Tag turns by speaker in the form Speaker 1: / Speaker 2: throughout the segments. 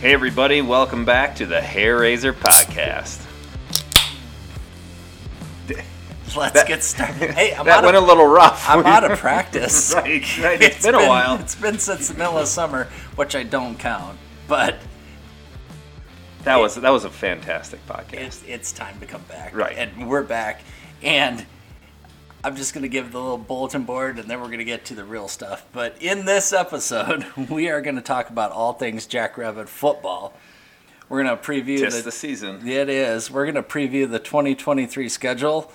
Speaker 1: Hey, everybody, welcome back to the Hair Razor Podcast.
Speaker 2: Let's
Speaker 1: That-
Speaker 2: get started. Hey, I'm,
Speaker 1: that
Speaker 2: out
Speaker 1: went a
Speaker 2: of,
Speaker 1: little rough.
Speaker 2: I'm out of practice.
Speaker 1: right, right. it's been a while.
Speaker 2: It's been since the middle of summer, which I don't count, but
Speaker 1: That was that was a fantastic podcast.
Speaker 2: it's, it's time to come back.
Speaker 1: Right.
Speaker 2: And we're back. And I'm just going to give the little bulletin board and then we're going to get to the real stuff. But in this episode, we are going to talk about all things Jackrabbit football. We're going to preview
Speaker 1: Just
Speaker 2: the
Speaker 1: the season.
Speaker 2: It is. We're going to preview the 2023 schedule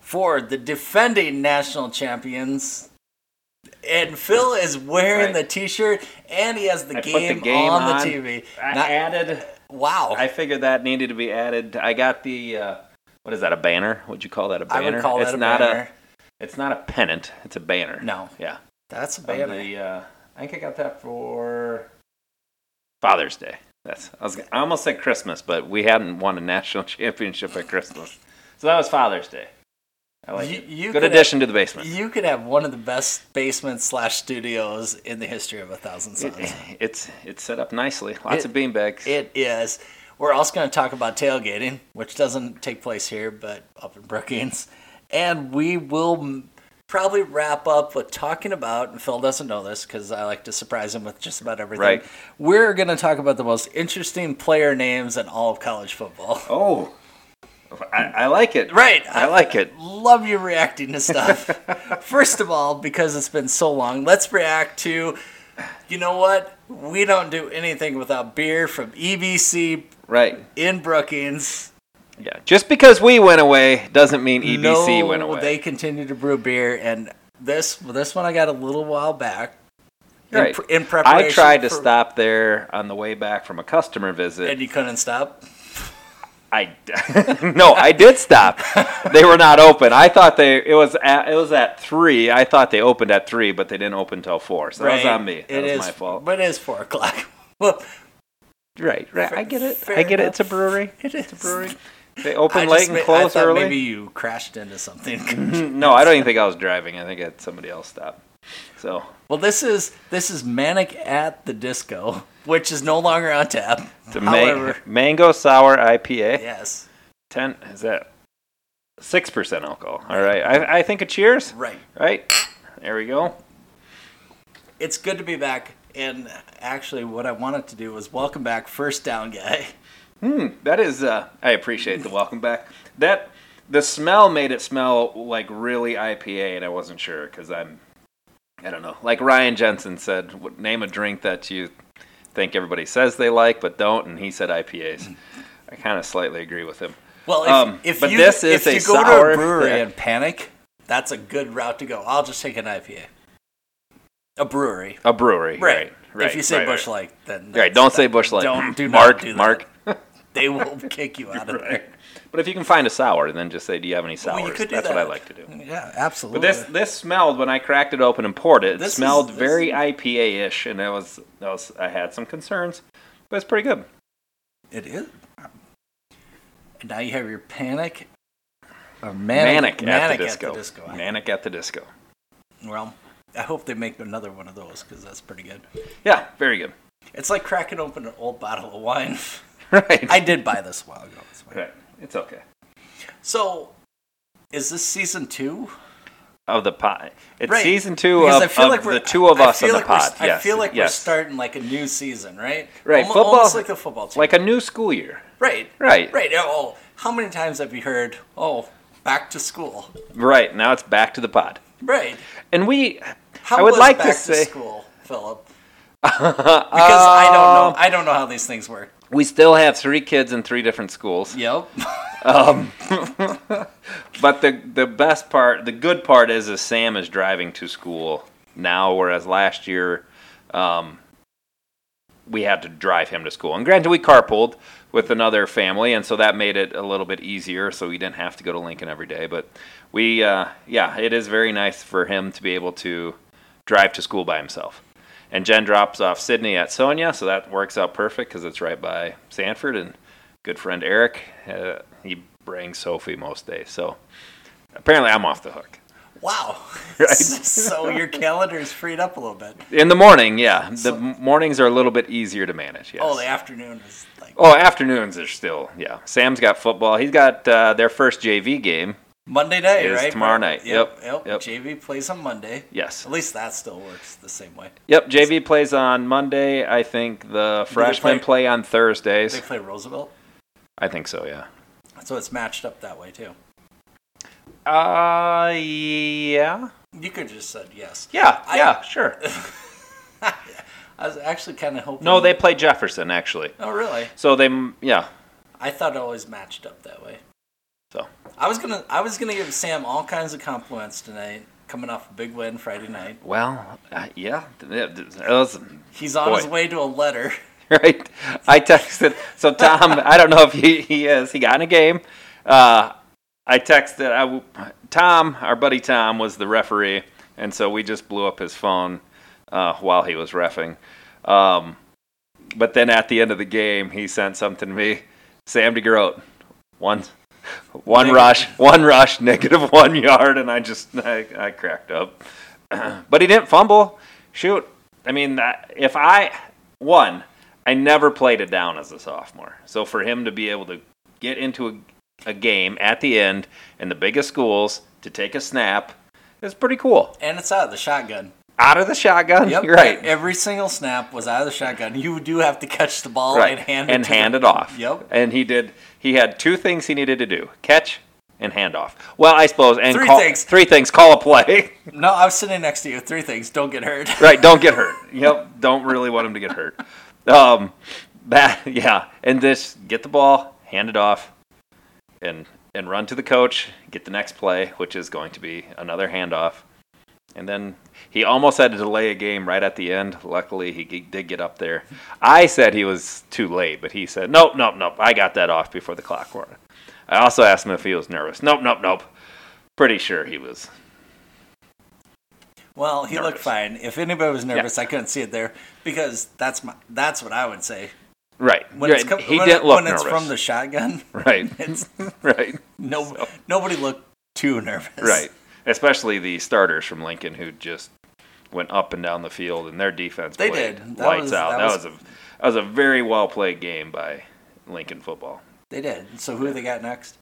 Speaker 2: for the defending national champions. And Phil is
Speaker 1: Right.
Speaker 2: wearing the T-shirt, and he has the,
Speaker 1: I put
Speaker 2: game,
Speaker 1: the game
Speaker 2: on,
Speaker 1: on.
Speaker 2: the TV.
Speaker 1: I
Speaker 2: Not-
Speaker 1: added.
Speaker 2: wow,
Speaker 1: I figured that needed to be added. I got the uh, what is that? A banner? Would you call that a
Speaker 2: I
Speaker 1: banner?
Speaker 2: would call
Speaker 1: it's
Speaker 2: that a
Speaker 1: not
Speaker 2: banner.
Speaker 1: a. It's not a pennant. It's a banner.
Speaker 2: No.
Speaker 1: Yeah.
Speaker 2: That's a
Speaker 1: Of
Speaker 2: banner.
Speaker 1: the, uh, I think I got that for Father's Day. That's I was I almost said Christmas, but we hadn't won a national championship at Christmas, so that was Father's Day. I like
Speaker 2: You-
Speaker 1: it.
Speaker 2: you
Speaker 1: Good
Speaker 2: could
Speaker 1: addition to the basement.
Speaker 2: you could have one of the best basement slash studios in the history of a thousand suns.
Speaker 1: It- it's it's set up nicely. Lots
Speaker 2: It-
Speaker 1: of beanbags.
Speaker 2: It is. We're also going to talk about tailgating, which doesn't take place here, but up in Brookings. And we will m- probably wrap up with talking about, and Phil doesn't know this because I like to surprise him with just about everything.
Speaker 1: Right.
Speaker 2: We're going to talk about the most interesting player names in all of college football.
Speaker 1: oh, I, I like it.
Speaker 2: Right.
Speaker 1: I like it.
Speaker 2: Love you reacting to stuff. First of all, because it's been so long, let's react to, you know what? We don't do anything without beer from EBC
Speaker 1: Right.
Speaker 2: in Brookings.
Speaker 1: Yeah. Just because we went away doesn't mean EBC
Speaker 2: no,
Speaker 1: E went away.
Speaker 2: They continue to brew beer, and this this one I got a little while back. In,
Speaker 1: Right.
Speaker 2: pr- in preparation,
Speaker 1: I tried to
Speaker 2: for-
Speaker 1: stop there on the way back from a customer visit.
Speaker 2: and you couldn't stop.
Speaker 1: I no, I did stop. They were not open. I thought they it was at, it was at three. I thought they opened at three, but they didn't open till four. So that was
Speaker 2: Right.
Speaker 1: on me. That
Speaker 2: It
Speaker 1: was
Speaker 2: is-
Speaker 1: my fault.
Speaker 2: But it is four o'clock. Well,
Speaker 1: Right, right. I get it.
Speaker 2: fair
Speaker 1: I get it.
Speaker 2: enough.
Speaker 1: It's a brewery.
Speaker 2: it is.
Speaker 1: Brewery. They
Speaker 2: I
Speaker 1: open
Speaker 2: just
Speaker 1: late and
Speaker 2: ma- I
Speaker 1: close
Speaker 2: thought
Speaker 1: early. Mm-hmm. Mm,
Speaker 2: Maybe you crashed into something.
Speaker 1: No, I don't even think I was driving. I think I had somebody else stop. So
Speaker 2: well, this is this is manic at the disco, which is no longer on tap.
Speaker 1: the ma-
Speaker 2: However,
Speaker 1: mango sour IPA.
Speaker 2: yes,
Speaker 1: Ten is that six percent alcohol. All right. I, I think a cheers.
Speaker 2: right.
Speaker 1: Right. There we go.
Speaker 2: It's good to be back. And actually, what I wanted to do was welcome back first down guy.
Speaker 1: That is, uh, I appreciate the welcome back. That the smell made it smell like really IPA, and I wasn't sure because I'm, I don't know. Like Ryan Jensen said, w- name a drink that you think everybody says they like but don't, and he said IPAs.
Speaker 2: Mm-hmm.
Speaker 1: I kind of slightly agree with him.
Speaker 2: Well, if,
Speaker 1: Um,
Speaker 2: if
Speaker 1: but
Speaker 2: you,
Speaker 1: this is
Speaker 2: if you
Speaker 1: a
Speaker 2: go to
Speaker 1: sour
Speaker 2: a brewery
Speaker 1: that-
Speaker 2: and panic, that's a good route to go. I'll just take an IPA. A brewery,
Speaker 1: A brewery, right?
Speaker 2: right?
Speaker 1: right
Speaker 2: if you say
Speaker 1: right,
Speaker 2: Bush
Speaker 1: right.
Speaker 2: Light, then
Speaker 1: right? Don't say Bush Light.
Speaker 2: Don't- do not
Speaker 1: Mark.
Speaker 2: do that.
Speaker 1: Mark.
Speaker 2: they will kick you out of
Speaker 1: Right.
Speaker 2: there.
Speaker 1: But if you can find a sour, then just say, "Do you have any sours?"
Speaker 2: Well, you could do
Speaker 1: That's
Speaker 2: that.
Speaker 1: what I like to do.
Speaker 2: Yeah, absolutely.
Speaker 1: But this this smelled when I cracked it open and poured it. It
Speaker 2: This is-
Speaker 1: smelled
Speaker 2: this
Speaker 1: very IPA ish, and I was, I was I had some concerns, but it's pretty good.
Speaker 2: it is. And now you have your panic, or
Speaker 1: Manic,
Speaker 2: manic,
Speaker 1: at the disco.
Speaker 2: disco.
Speaker 1: Manic at the disco.
Speaker 2: Well, I hope they make another one of those because that's pretty good.
Speaker 1: Yeah, very good.
Speaker 2: It's like cracking open an old bottle of wine.
Speaker 1: Right.
Speaker 2: I did buy this a while ago. That's why.
Speaker 1: right. It's okay.
Speaker 2: So, is this season two?
Speaker 1: Of the pot. It's
Speaker 2: Right.
Speaker 1: season two
Speaker 2: Because
Speaker 1: of,
Speaker 2: I feel
Speaker 1: of
Speaker 2: like we're-
Speaker 1: the two of
Speaker 2: I
Speaker 1: us
Speaker 2: feel
Speaker 1: in the
Speaker 2: like we're-
Speaker 1: pod. yes.
Speaker 2: I feel like we're
Speaker 1: yes.
Speaker 2: starting like a new season, right?
Speaker 1: Right,
Speaker 2: Almo-
Speaker 1: football-
Speaker 2: almost like the football team.
Speaker 1: like a new school year.
Speaker 2: right,
Speaker 1: Right.
Speaker 2: right. Oh, how many times have you heard? Oh, back to school.
Speaker 1: Right. Now it's back to the pod.
Speaker 2: Right.
Speaker 1: And we
Speaker 2: How
Speaker 1: I would
Speaker 2: was
Speaker 1: like
Speaker 2: back
Speaker 1: to say
Speaker 2: school, Philip? because I
Speaker 1: Uh,
Speaker 2: don't know. I don't know how these things work.
Speaker 1: we still have three kids in three different schools.
Speaker 2: Yep.
Speaker 1: But the the best part, the good part is, is Sam is driving to school now, whereas last year, um, we had to drive him to school. And granted, we carpooled with another family, and so that made it a little bit easier. So we didn't have to go to Lincoln every day. But we, uh, yeah, it is very nice for him to be able to drive to school by himself. And Jen drops off Sydney at Sonia, so that works out perfect because it's right by Sanford. And good friend Eric, uh, he brings Sophie most days. So apparently, I'm off the hook.
Speaker 2: Wow.
Speaker 1: Right.
Speaker 2: so your calendar is freed up a little bit.
Speaker 1: In the morning, yeah. The m mornings are a little bit easier to manage. Yes.
Speaker 2: Oh, the afternoon is like
Speaker 1: Oh, afternoons are still yeah. Sam's got football. He's got uh, their first JV game.
Speaker 2: Monday night,
Speaker 1: Is
Speaker 2: right?
Speaker 1: tomorrow night.
Speaker 2: Yep,
Speaker 1: Yep,
Speaker 2: yep.
Speaker 1: yep.
Speaker 2: JV plays on Monday.
Speaker 1: Yes.
Speaker 2: At least that still works the same way.
Speaker 1: Yep. JV plays on Monday. I think the freshmen
Speaker 2: play-
Speaker 1: play? on
Speaker 2: They
Speaker 1: Thursdays.
Speaker 2: play Roosevelt,
Speaker 1: I think so. Yeah.
Speaker 2: so it's matched up that way too.
Speaker 1: Uh, yeah.
Speaker 2: You could just said yes.
Speaker 1: Yeah.
Speaker 2: I-
Speaker 1: yeah. Sure.
Speaker 2: I was actually kind of hoping.
Speaker 1: No, they play Jefferson actually.
Speaker 2: Oh, really?
Speaker 1: So they yeah.
Speaker 2: I thought it always matched up that way.
Speaker 1: So
Speaker 2: I was gonna, I was gonna give Sam all kinds of compliments tonight, coming off a big win Friday night.
Speaker 1: well, uh, yeah. Th- th- that was-
Speaker 2: He's on
Speaker 1: Boy.
Speaker 2: his way to a letter.
Speaker 1: right? I texted. So Tom, I don't know if he, he is. He got in a game. Uh, I texted. I w Tom, our buddy Tom, was the referee, and so we just blew up his phone uh, while he was refing. Um, but then at the end of the game, he sent something to me. Sam DeGroat, one. One
Speaker 2: Negative.
Speaker 1: rush, one rush, negative one yard, and I just I, I cracked up. but he didn't fumble. Shoot, I mean, that- if I one, I never played it down as a sophomore. So for him to be able to get into a, a game at the end in the biggest schools to take a snap is pretty cool.
Speaker 2: And it's out of the shotgun.
Speaker 1: Out of the shotgun,
Speaker 2: Yep.
Speaker 1: you're right.
Speaker 2: Every single snap was out of the shotgun. You do have to catch the ball
Speaker 1: right,
Speaker 2: and hand it to the-
Speaker 1: it off.
Speaker 2: Yep.
Speaker 1: And he did. He had two things he needed to do: catch and hand off. Well, I suppose and
Speaker 2: Three
Speaker 1: call,
Speaker 2: things.
Speaker 1: Three things. Call a play.
Speaker 2: No, I was sitting next to you. Three things. Don't get hurt.
Speaker 1: right don't get hurt yep don't really want him to get hurt um that yeah and this get the ball hand it off and and run to the coach get the next play which is going to be another handoff and then he almost had to delay a game right at the end luckily he g- did get up there i said he was too late but he said nope nope nope i got that off before the clock ran i also asked him if he was nervous nope nope nope pretty sure he was
Speaker 2: Well, he looked
Speaker 1: Nervous.
Speaker 2: fine. If anybody was nervous, I couldn't see it there because that's my that's what I would say.
Speaker 1: right
Speaker 2: When it's
Speaker 1: Right.
Speaker 2: com-
Speaker 1: he
Speaker 2: when,
Speaker 1: didn't look
Speaker 2: when it's
Speaker 1: nervous
Speaker 2: from the shotgun,
Speaker 1: right
Speaker 2: it's
Speaker 1: right
Speaker 2: no nobody looked too nervous.
Speaker 1: Right. Especially the starters from Lincoln who just went up and down the field and their defense
Speaker 2: They
Speaker 1: played
Speaker 2: did. That
Speaker 1: lights
Speaker 2: was-
Speaker 1: out.
Speaker 2: that
Speaker 1: That, was,
Speaker 2: was-
Speaker 1: a that was a very well played game by Lincoln football.
Speaker 2: They did. So who they got next?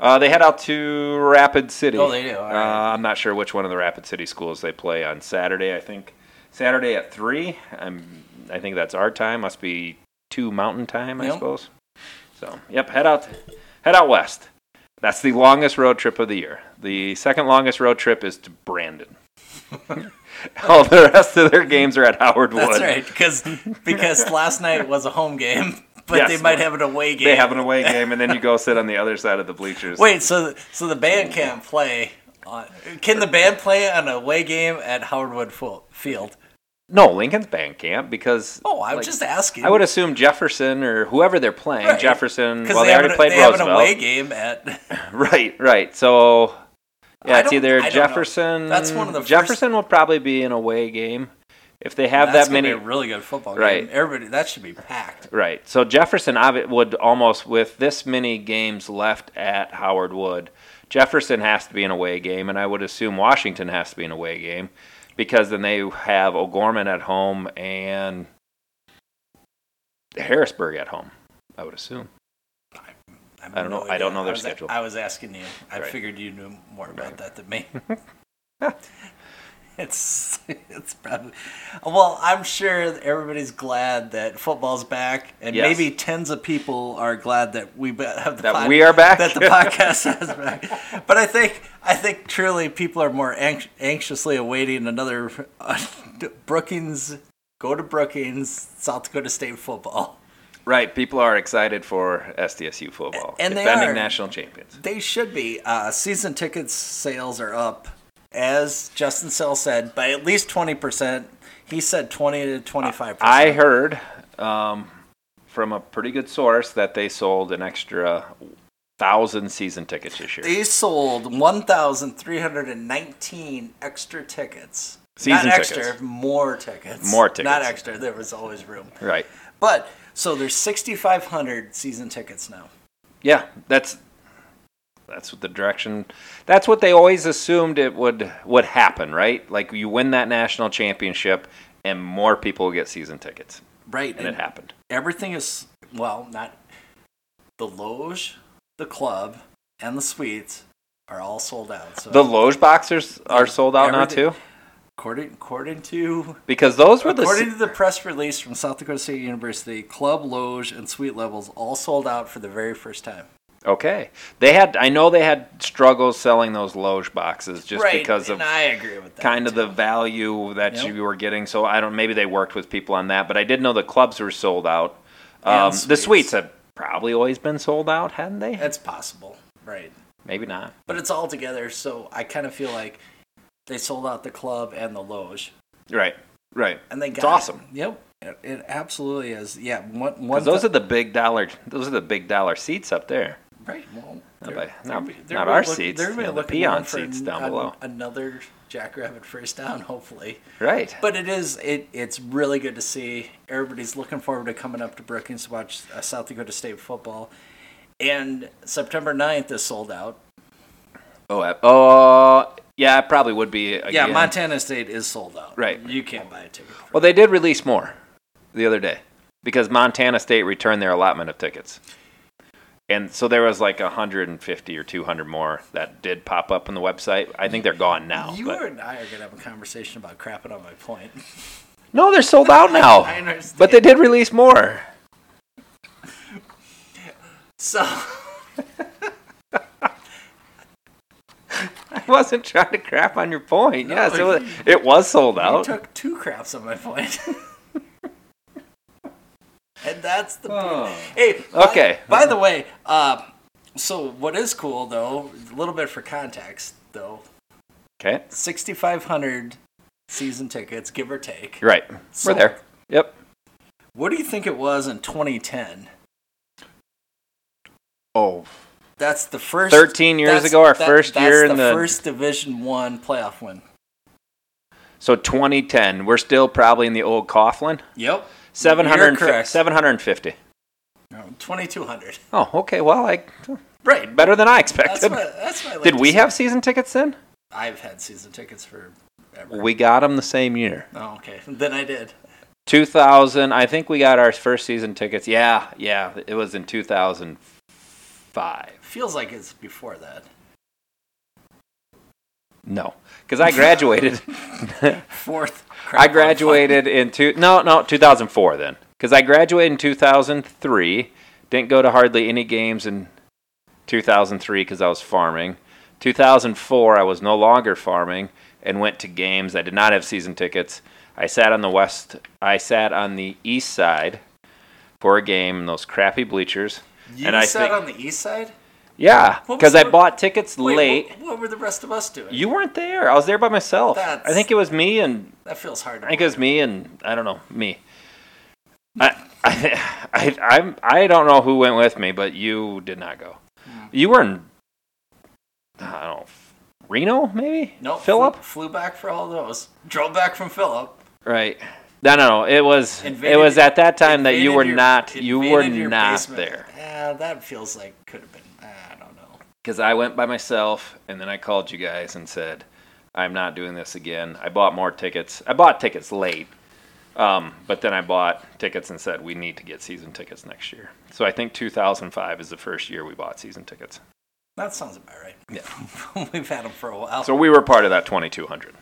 Speaker 1: Uh, they head out to Rapid City.
Speaker 2: Oh, they do. All right.
Speaker 1: Uh, I'm not sure which one of the Rapid City schools they play on Saturday. I think Saturday at three. I'm. I think that's our time. Must be two Mountain time, I
Speaker 2: Yep.
Speaker 1: suppose. So, yep. Head out. Head out west. That's the longest road trip of the year. The second longest road trip is to Brandon. All the rest of their games are at Howard Wood.
Speaker 2: That's right. Because because last night was a home game, but
Speaker 1: Yes.
Speaker 2: they might have an away game.
Speaker 1: They have an away game, and then you go sit on the other side of the bleachers.
Speaker 2: Wait, so so the band can't play. On, can the band play on a away game at Howard Wood Fu- Field?
Speaker 1: No, Lincoln's band camp because
Speaker 2: Oh, I'm
Speaker 1: like,
Speaker 2: just asking.
Speaker 1: I would assume Jefferson or whoever they're playing.
Speaker 2: Right.
Speaker 1: Jefferson.
Speaker 2: because
Speaker 1: Well, they,
Speaker 2: have
Speaker 1: already
Speaker 2: an-
Speaker 1: played
Speaker 2: they have an
Speaker 1: Roosevelt.
Speaker 2: away game at.
Speaker 1: Right, right. So yeah,
Speaker 2: I
Speaker 1: it's
Speaker 2: don't- I
Speaker 1: either
Speaker 2: don't know.
Speaker 1: Jefferson.
Speaker 2: That's one of the first-
Speaker 1: Jefferson will probably be an away game if they have
Speaker 2: That's
Speaker 1: that
Speaker 2: gonna
Speaker 1: many.
Speaker 2: be a really good football
Speaker 1: Right.
Speaker 2: game. Everybody, that should be packed.
Speaker 1: Right. So Jefferson obvi- would almost with this many games left at Howard Wood, Jefferson has to be an away game, and I would assume Washington has to be an away game because then they have O'Gorman at home and Harrisburg at home. I would assume.
Speaker 2: have
Speaker 1: I don't know-
Speaker 2: no
Speaker 1: I don't
Speaker 2: idea.
Speaker 1: know their
Speaker 2: was a-
Speaker 1: schedule.
Speaker 2: I was asking you. I
Speaker 1: Right.
Speaker 2: figured you knew more about that than me. it's it's probably well. I'm sure that everybody's glad that football's back, and
Speaker 1: Yes.
Speaker 2: maybe tens of people are glad that we be- have the
Speaker 1: That we are back?
Speaker 2: That the podcast is back. But I think I think truly people are more anx- anxiously awaiting another Brookings. Go to Brookings, South Dakota State football.
Speaker 1: Right, people are excited for SDSU football,
Speaker 2: And they
Speaker 1: defending
Speaker 2: are.
Speaker 1: national champions.
Speaker 2: They should be. Uh, season tickets sales are up, as Justin Sell said, by at least 20%. He said 20 to 25%.
Speaker 1: I heard um, from a pretty good source that they sold an extra thousand season tickets this year.
Speaker 2: they sold 1,319 extra tickets.
Speaker 1: Season
Speaker 2: Not extra,
Speaker 1: tickets.
Speaker 2: more tickets.
Speaker 1: More tickets.
Speaker 2: Not extra, there was always room.
Speaker 1: Right?
Speaker 2: But, so there's 6,500 season tickets now.
Speaker 1: Yeah, that's that's what the direction that's what they always assumed it would would happen right like you win that national championship and more people get season tickets
Speaker 2: Right.
Speaker 1: and it happened
Speaker 2: everything is well not the loge the club and the suites are all sold out so
Speaker 1: the loge boxers are sold out now
Speaker 2: Everything-
Speaker 1: too
Speaker 2: according, according to
Speaker 1: because those were the
Speaker 2: according
Speaker 1: se-
Speaker 2: to the press release from south dakota state university club loge and suite levels all sold out for the very first time
Speaker 1: okay they had i know they had struggles selling those loge boxes just because of
Speaker 2: and i agree with that
Speaker 1: kind of the value that
Speaker 2: Yep.
Speaker 1: you were getting. So I don't. Maybe they worked with people on that, but I did know the clubs were sold out.
Speaker 2: And
Speaker 1: Um, The
Speaker 2: suites.
Speaker 1: suites have probably always been sold out, hadn't they?
Speaker 2: that's possible right
Speaker 1: Maybe not.
Speaker 2: but it's all together so i kind of feel like they sold out the club and the loge
Speaker 1: Right. Right.
Speaker 2: and they got
Speaker 1: It's awesome.
Speaker 2: it. yep it, it absolutely is yeah one,
Speaker 1: 'Cause
Speaker 2: one
Speaker 1: those are the big dollar. Those are the big dollar seats up there.
Speaker 2: Right. Well,
Speaker 1: Not,
Speaker 2: they're-
Speaker 1: by, not,
Speaker 2: they're-
Speaker 1: not
Speaker 2: they're
Speaker 1: our
Speaker 2: look-
Speaker 1: seats.
Speaker 2: they're
Speaker 1: you
Speaker 2: really
Speaker 1: know, the
Speaker 2: looking around
Speaker 1: peon
Speaker 2: for
Speaker 1: seats
Speaker 2: an-
Speaker 1: down
Speaker 2: an-
Speaker 1: below.
Speaker 2: Another Jackrabbit first down, hopefully.
Speaker 1: Right.
Speaker 2: But it is it it's really good to see. Everybody's looking forward to coming up to Brookings to watch uh, South Dakota State football. And September 9th is sold out.
Speaker 1: Oh. I- Oh. Yeah. It probably would be. Again.
Speaker 2: Yeah, Montana State is sold out.
Speaker 1: Right.
Speaker 2: You can't buy a ticket. for
Speaker 1: Well, they did release more the other day because Montana State returned their allotment of tickets. And so there was like 150 or 200 more that did pop up on the website. I think they're gone now.
Speaker 2: You
Speaker 1: but-
Speaker 2: and I are gonna have a conversation about crapping on my point.
Speaker 1: no, they're sold out now.
Speaker 2: I understand.
Speaker 1: But they did release more.
Speaker 2: So
Speaker 1: I wasn't trying to crap on your point.
Speaker 2: No,
Speaker 1: yes, it
Speaker 2: you-
Speaker 1: was, it was sold
Speaker 2: You
Speaker 1: out.
Speaker 2: took two craps on my point. and that's the
Speaker 1: Oh.
Speaker 2: hey. by-
Speaker 1: Okay.
Speaker 2: By, the way, uh, so what is cool though? A little bit for context though.
Speaker 1: Okay.
Speaker 2: Sixty five hundred season tickets, give or take.
Speaker 1: You're right.
Speaker 2: Sold.
Speaker 1: We're there. Yep.
Speaker 2: What do you think it was in twenty ten?
Speaker 1: Oh.
Speaker 2: That's the first
Speaker 1: 13 years
Speaker 2: that's-
Speaker 1: ago, our first
Speaker 2: that's
Speaker 1: year in the-
Speaker 2: first Division One playoff win.
Speaker 1: So 2010, we're still probably in the old Coughlin.
Speaker 2: Yep.
Speaker 1: 700,
Speaker 2: correct.
Speaker 1: 750.
Speaker 2: Twenty two hundred.
Speaker 1: Oh, okay. Well, I
Speaker 2: Right.
Speaker 1: better than I
Speaker 2: That's
Speaker 1: expected.
Speaker 2: what, that's what I like
Speaker 1: Did
Speaker 2: to
Speaker 1: we
Speaker 2: see.
Speaker 1: have season tickets then?
Speaker 2: I've had season tickets for ever.
Speaker 1: We got them the same year.
Speaker 2: Oh, okay. Then I did.
Speaker 1: 2000, I think we got our first season tickets. Yeah, yeah, it was in 2005.
Speaker 2: Feels like it's before that.
Speaker 1: No, because I graduated.
Speaker 2: Fourth.
Speaker 1: I graduated in two. No, no, 2004 then. Because I graduated in 2003. Didn't go to hardly any games in 2003 because I was farming. 2004, I was no longer farming and went to games. I did not have season tickets. I sat on the west. I sat on the east side for a game in those crappy bleachers.
Speaker 2: You
Speaker 1: and I
Speaker 2: sat
Speaker 1: think,
Speaker 2: on the east side.
Speaker 1: yeah,
Speaker 2: What was
Speaker 1: because I
Speaker 2: the-
Speaker 1: bought tickets
Speaker 2: Wait,
Speaker 1: late.
Speaker 2: What, what were the rest of us doing?
Speaker 1: You weren't there. I was there by myself. I
Speaker 2: That's-
Speaker 1: think it was me and
Speaker 2: that feels hard. To
Speaker 1: I think it was me and I don't know me. I I I I'm, I don't know who went with me, but you did not go.
Speaker 2: Mm.
Speaker 1: You were in I don't know Reno maybe.
Speaker 2: Nope.
Speaker 1: Philip.
Speaker 2: flew, flew back for all those. Drove back from Philip.
Speaker 1: Right. No, no, no. It was
Speaker 2: Invaded-
Speaker 1: it was at that time that you
Speaker 2: invaded
Speaker 1: were
Speaker 2: your-
Speaker 1: not you were
Speaker 2: invaded your
Speaker 1: not
Speaker 2: basement.
Speaker 1: there
Speaker 2: Yeah, that feels like could have been. I don't know.
Speaker 1: because I went by myself and then I called you guys and said I'm not doing this again. I bought more tickets. I bought tickets late. Um, but then I bought tickets and said we need to get season tickets next year. So I think 2005 is the first year we bought season tickets.
Speaker 2: That sounds about right. Yeah. We've had them for a while.
Speaker 1: So we were part of that 2200.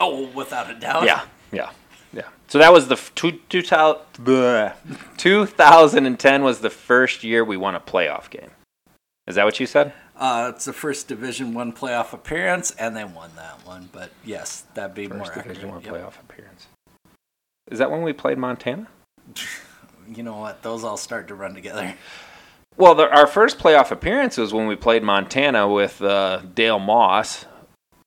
Speaker 2: oh, without a doubt.
Speaker 1: Yeah, yeah, yeah. So that was the f- two, two, thou- bleh. 2010 was the first year we won a playoff game. Is that what you said?
Speaker 2: Uh, it's the first Division One playoff appearance, and they won that one. But yes, that'd be more accurate. Yep.
Speaker 1: playoff appearance. Is that when we played Montana?
Speaker 2: You know what? Those all start to run together.
Speaker 1: Well, the, our first playoff appearance was when we played Montana with uh, Dale Moss,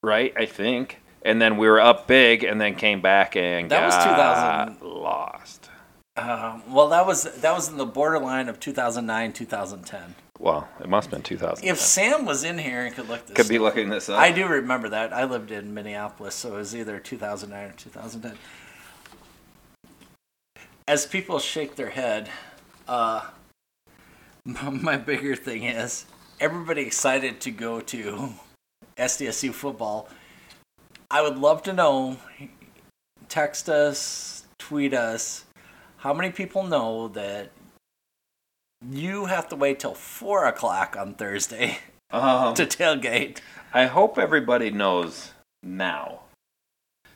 Speaker 1: right? I think. And then we were up big, and then came back and
Speaker 2: That was
Speaker 1: got lost.
Speaker 2: Um, well, that was that was in the borderline of 2009, 2010.
Speaker 1: Well, it must have been 2000.
Speaker 2: If Sam was in here and could look this,
Speaker 1: Could be looking this up.
Speaker 2: I do remember that. I lived in Minneapolis, so it was either 2009 or 2010. As people shake their head, uh, my bigger thing is everybody excited to go to SDSU football. I would love to know. Text us, tweet us. How many people know that you have to wait till four o'clock on Thursday
Speaker 1: Um,
Speaker 2: to tailgate?
Speaker 1: I hope everybody knows now.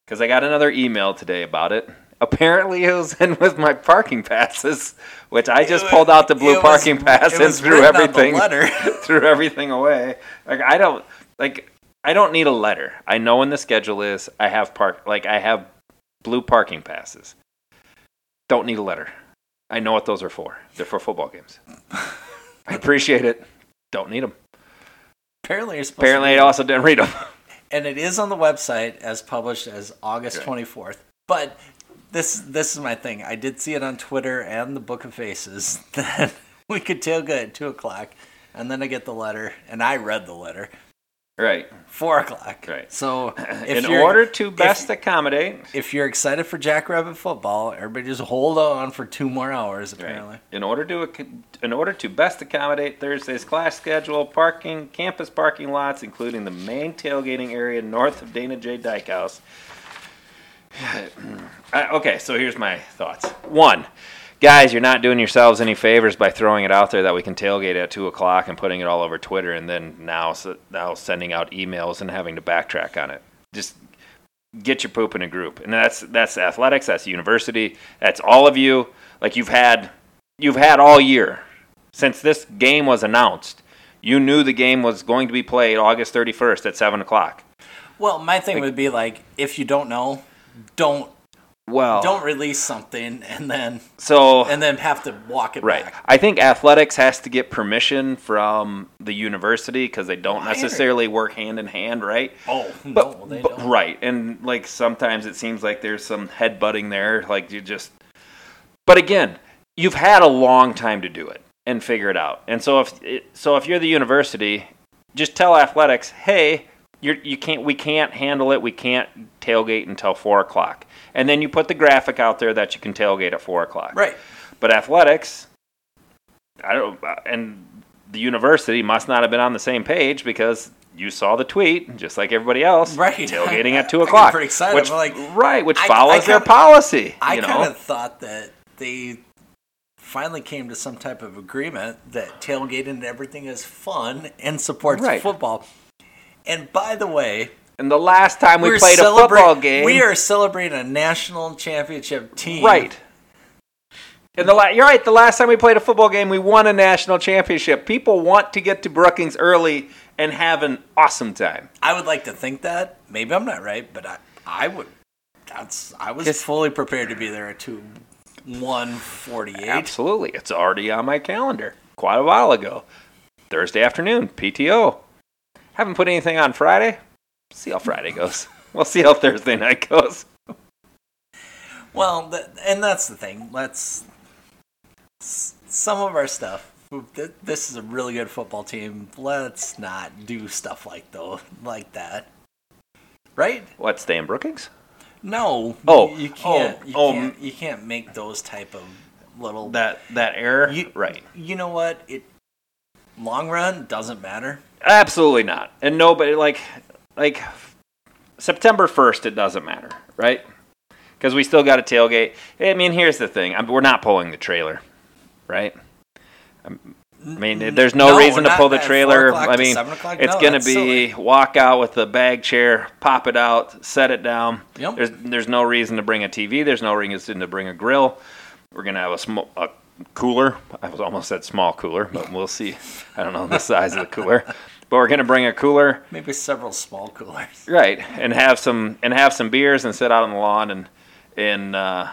Speaker 1: Because I got another email today about it. Apparently, it was in with my parking passes, which I just
Speaker 2: It
Speaker 1: pulled out the
Speaker 2: was-
Speaker 1: blue
Speaker 2: it
Speaker 1: parking
Speaker 2: was-
Speaker 1: pass
Speaker 2: it
Speaker 1: and
Speaker 2: was
Speaker 1: threw
Speaker 2: written on the
Speaker 1: everything
Speaker 2: letter.
Speaker 1: threw everything away. Like I don't like I don't need a letter. I know when the schedule is. I have park like I have blue parking passes. Don't need a letter. I know what those are for. They're for football games. I appreciate it. Don't need them.
Speaker 2: Apparently, you're supposed
Speaker 1: Apparently, I
Speaker 2: to.
Speaker 1: also didn't read them.
Speaker 2: and it is on the website as published as August 24th. But this this is my thing. I did see it on Twitter and the Book of Faces that we could tailgate at two o'clock, and then I get the letter, and I read the letter
Speaker 1: right.
Speaker 2: four o'clock.
Speaker 1: Right.
Speaker 2: So if
Speaker 1: in
Speaker 2: you're,
Speaker 1: order to best accommodate,
Speaker 2: if you're excited for Jackrabbit football, everybody just hold on for two more hours. Apparently,
Speaker 1: Right. in order to ac- in order to best accommodate Thursday's class schedule, parking, campus parking lots, including the main tailgating area north of Dana J. Dyke House. I- Uh, okay, so here's my thoughts. One, guys, you're not doing yourselves any favors by throwing it out there that we can tailgate at two o'clock and putting it all over Twitter, and then now s- now sending out emails and having to backtrack on it. Just get your poop in a group, and that's that's athletics, that's university, that's all of you. Like you've had you've had all year since this game was announced. You knew the game was going to be played August 31st at seven o'clock.
Speaker 2: well, my thing would be like if you don't know, don't
Speaker 1: Well,
Speaker 2: don't release something and then
Speaker 1: so
Speaker 2: and then have to walk it
Speaker 1: Right.
Speaker 2: back.
Speaker 1: I think athletics has to get permission from the university because they don't
Speaker 2: Why?
Speaker 1: necessarily work hand in hand, right?
Speaker 2: Oh
Speaker 1: But,
Speaker 2: no, they
Speaker 1: but-
Speaker 2: don't.
Speaker 1: right, and like sometimes it seems like there's some headbutting there. Like you just, but again, you've had a long time to do it and figure it out. And so if it, so, if you're the university, just tell athletics, hey, you're, you can't, we can't handle it. We can't tailgate until four o'clock. And then you put the graphic out there that you can tailgate at four o'clock.
Speaker 2: Right.
Speaker 1: But athletics, I don't, uh, and the university must not have been on the same page because you saw the tweet, just like everybody else,
Speaker 2: Right.
Speaker 1: Tailgating at two
Speaker 2: I get
Speaker 1: o'clock.
Speaker 2: pretty excited.
Speaker 1: Which,
Speaker 2: I'm like,
Speaker 1: right, which
Speaker 2: I- I
Speaker 1: follows their
Speaker 2: kinda-
Speaker 1: policy.
Speaker 2: I
Speaker 1: you
Speaker 2: kind
Speaker 1: know,
Speaker 2: of thought that they finally came to some type of agreement that tailgating and everything is fun and supports
Speaker 1: Right.
Speaker 2: football. And by the way,
Speaker 1: and the last time we
Speaker 2: we're
Speaker 1: played a
Speaker 2: celebra-
Speaker 1: football game,
Speaker 2: We are celebrating a national championship team.
Speaker 1: right. And the la- you're right. The last time we played a football game, we won a national championship. People want to get to Brookings early and have an awesome time.
Speaker 2: I would like to think that. Maybe I'm not right, but I, I would. That's I was fully prepared to be there at two, one forty-eight.
Speaker 1: Absolutely. It's already on my calendar quite a while ago. Thursday afternoon, PTO. Haven't put anything on Friday. See how Friday goes. we'll see how Thursday night goes.
Speaker 2: Well, th- and that's the thing. Let's s- some of our stuff. th- This is a really good football team. Let's not do stuff like though like that, right?
Speaker 1: What, stay in Brookings?
Speaker 2: No.
Speaker 1: Oh,
Speaker 2: you can't.
Speaker 1: oh,
Speaker 2: you,
Speaker 1: oh,
Speaker 2: can't you can't make those type of little.
Speaker 1: That that error?
Speaker 2: you,
Speaker 1: right.
Speaker 2: You know what? It long run doesn't matter.
Speaker 1: Absolutely not. And nobody like like September 1st it doesn't matter, right? Cuz we still got a tailgate. I mean, here's the thing. I'm, we're not pulling the trailer, right? I mean, there's no,
Speaker 2: no,
Speaker 1: reason to
Speaker 2: not
Speaker 1: pull the
Speaker 2: at four
Speaker 1: trailer.
Speaker 2: o'clock
Speaker 1: I
Speaker 2: to
Speaker 1: mean,
Speaker 2: seven o'clock?
Speaker 1: it's
Speaker 2: No,
Speaker 1: going to
Speaker 2: that's
Speaker 1: be walk out with the bag chair, pop it out, set it down.
Speaker 2: Yep.
Speaker 1: There's there's no reason to bring a TV. There's no reason to bring a grill. We're gonna have a small a cooler. I was almost said small cooler, but we'll see. I don't know the size of the cooler, but we're gonna bring a cooler,
Speaker 2: Maybe several small coolers.
Speaker 1: right? And have some and have some beers and sit out on the lawn and and uh,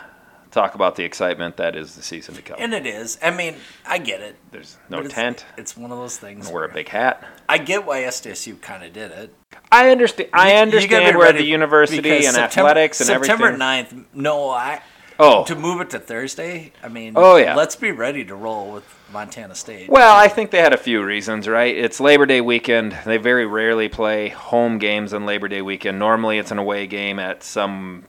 Speaker 1: talk about the excitement that is the season to come.
Speaker 2: And it is. I mean, I get it.
Speaker 1: There's no
Speaker 2: But it's-
Speaker 1: tent.
Speaker 2: It's one of those things.
Speaker 1: Wear a big hat.
Speaker 2: I get why SDSU kind of did it.
Speaker 1: I understand. I
Speaker 2: You- you gotta
Speaker 1: understand
Speaker 2: be
Speaker 1: where
Speaker 2: ready
Speaker 1: the university and
Speaker 2: because September-
Speaker 1: athletics and
Speaker 2: September
Speaker 1: everything.
Speaker 2: 9th, no, I
Speaker 1: oh,
Speaker 2: to move it to Thursday. I mean,
Speaker 1: Oh, yeah.
Speaker 2: let's be ready to roll with Montana State.
Speaker 1: Well, I think they had a few reasons, right? It's Labor Day weekend. They very rarely play home games on Labor Day weekend. Normally, it's an away game at some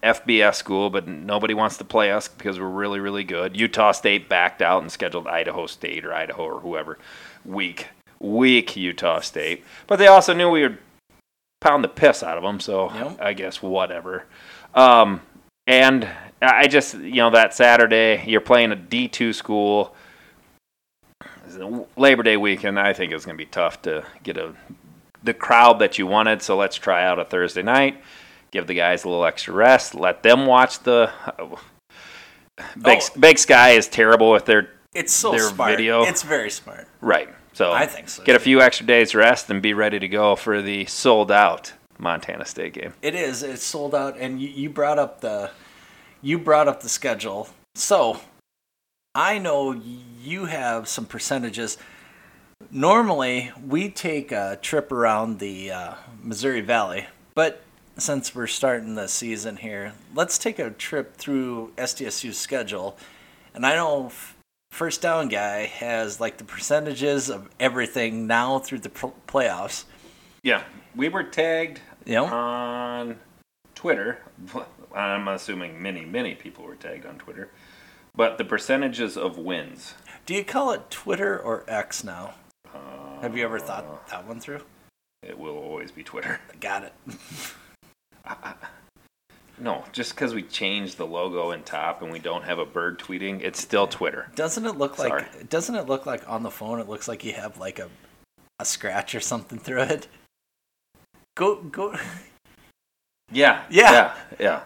Speaker 1: FBS school, but nobody wants to play us because we're really, really good. Utah State backed out and scheduled Idaho State or Idaho or whoever week weak Utah State. But they also knew we would pound the piss out of them, so
Speaker 2: Yep.
Speaker 1: I guess whatever. Um, and I just, you know, that Saturday, you're playing a D2 school. Labor Day weekend, I think it's going to be tough to get a the crowd that you wanted. So let's try out a Thursday night, give the guys a little extra rest, let them watch the. uh, Big,
Speaker 2: Oh.
Speaker 1: Big Sky is terrible with their
Speaker 2: It's so
Speaker 1: Their
Speaker 2: smart.
Speaker 1: video.
Speaker 2: It's very smart.
Speaker 1: Right. So
Speaker 2: I think so,
Speaker 1: Get a
Speaker 2: too.
Speaker 1: few extra days rest and be ready to go for the sold out Montana State game.
Speaker 2: It is. It's sold out, and you, you brought up the you brought up the schedule. So I know you have some percentages. Normally, we take a trip around the uh, Missouri Valley, but since we're starting the season here, let's take a trip through SDSU's schedule. And I know f- First Down Guy has like the percentages of everything now through the pl- playoffs.
Speaker 1: Yeah. We were tagged
Speaker 2: You know,
Speaker 1: on Twitter. I'm assuming many, many people were tagged on Twitter. But the percentages of wins.
Speaker 2: Do you call it Twitter or X now? Have you ever thought that one through?
Speaker 1: It will always be Twitter.
Speaker 2: Got it.
Speaker 1: No, just because we changed the logo and top and we don't have a bird tweeting, it's still Twitter.
Speaker 2: Doesn't it look like?
Speaker 1: Sorry.
Speaker 2: Doesn't it look like on the phone? It looks like you have like a a scratch or something through it. Go go.
Speaker 1: Yeah.
Speaker 2: Yeah.
Speaker 1: Yeah. yeah.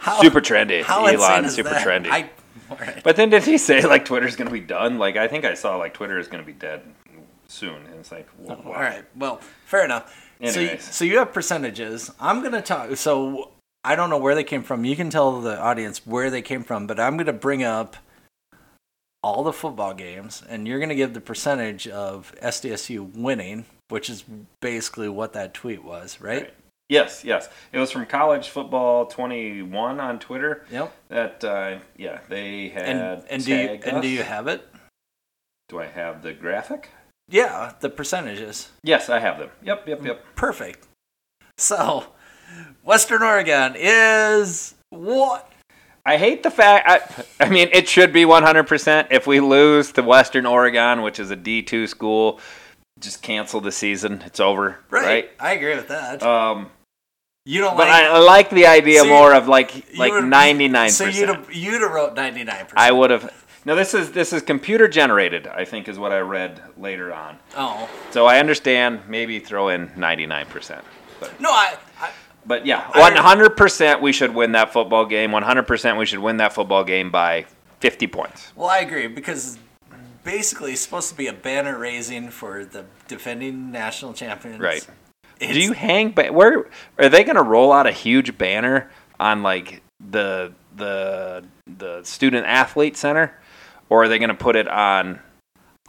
Speaker 2: How,
Speaker 1: super trendy.
Speaker 2: How insane
Speaker 1: Elon,
Speaker 2: is
Speaker 1: super
Speaker 2: that?
Speaker 1: trendy.
Speaker 2: I, all right.
Speaker 1: But then did he say like Twitter's gonna be done? Like I think I saw like Twitter is gonna be dead soon, and it's like wha-
Speaker 2: All right. Well, fair enough. So you,
Speaker 1: Anyways.
Speaker 2: so you have percentages. I'm gonna talk. So I don't know where they came from. You can tell the audience where they came from, but I'm gonna bring up all the football games, and you're gonna give the percentage of SDSU winning, which is basically what that tweet was, right?
Speaker 1: Right. Yes, yes. It was from College Football 21 on Twitter.
Speaker 2: Yep.
Speaker 1: That uh, yeah, they had.
Speaker 2: And and do you,
Speaker 1: tagged
Speaker 2: and do
Speaker 1: us.
Speaker 2: you have it?
Speaker 1: Do I have the graphic?
Speaker 2: Yeah, the percentages.
Speaker 1: Yes, I have them. Yep,
Speaker 2: Mm.
Speaker 1: yep, yep.
Speaker 2: Perfect. So, Western Oregon is what?
Speaker 1: I hate the fact. I, I mean, it should be 100%. If we lose to Western Oregon, which is a D2 school, just cancel the season. It's over.
Speaker 2: Right. I agree with that.
Speaker 1: Um,
Speaker 2: you don't
Speaker 1: But
Speaker 2: like
Speaker 1: I, I like the idea
Speaker 2: So you-
Speaker 1: more of like
Speaker 2: You
Speaker 1: like
Speaker 2: would've-
Speaker 1: ninety nine
Speaker 2: So you'd
Speaker 1: percent.
Speaker 2: have, you'd have wrote ninety nine percent.
Speaker 1: I would have. No, this is this is computer generated. I think is what I read later on.
Speaker 2: Oh
Speaker 1: So I understand. Maybe throw in ninety nine percent. But
Speaker 2: no, I, I
Speaker 1: but yeah,
Speaker 2: I-
Speaker 1: one hundred percent we should win that football game. One hundred percent we should win that football game by fifty points.
Speaker 2: well I agree because basically it's supposed to be a banner raising for the defending national champions.
Speaker 1: Right.
Speaker 2: It's,
Speaker 1: Do you hang? Ba- where are they going to roll out a huge banner on like the the the student athlete center, or are they going to put it on?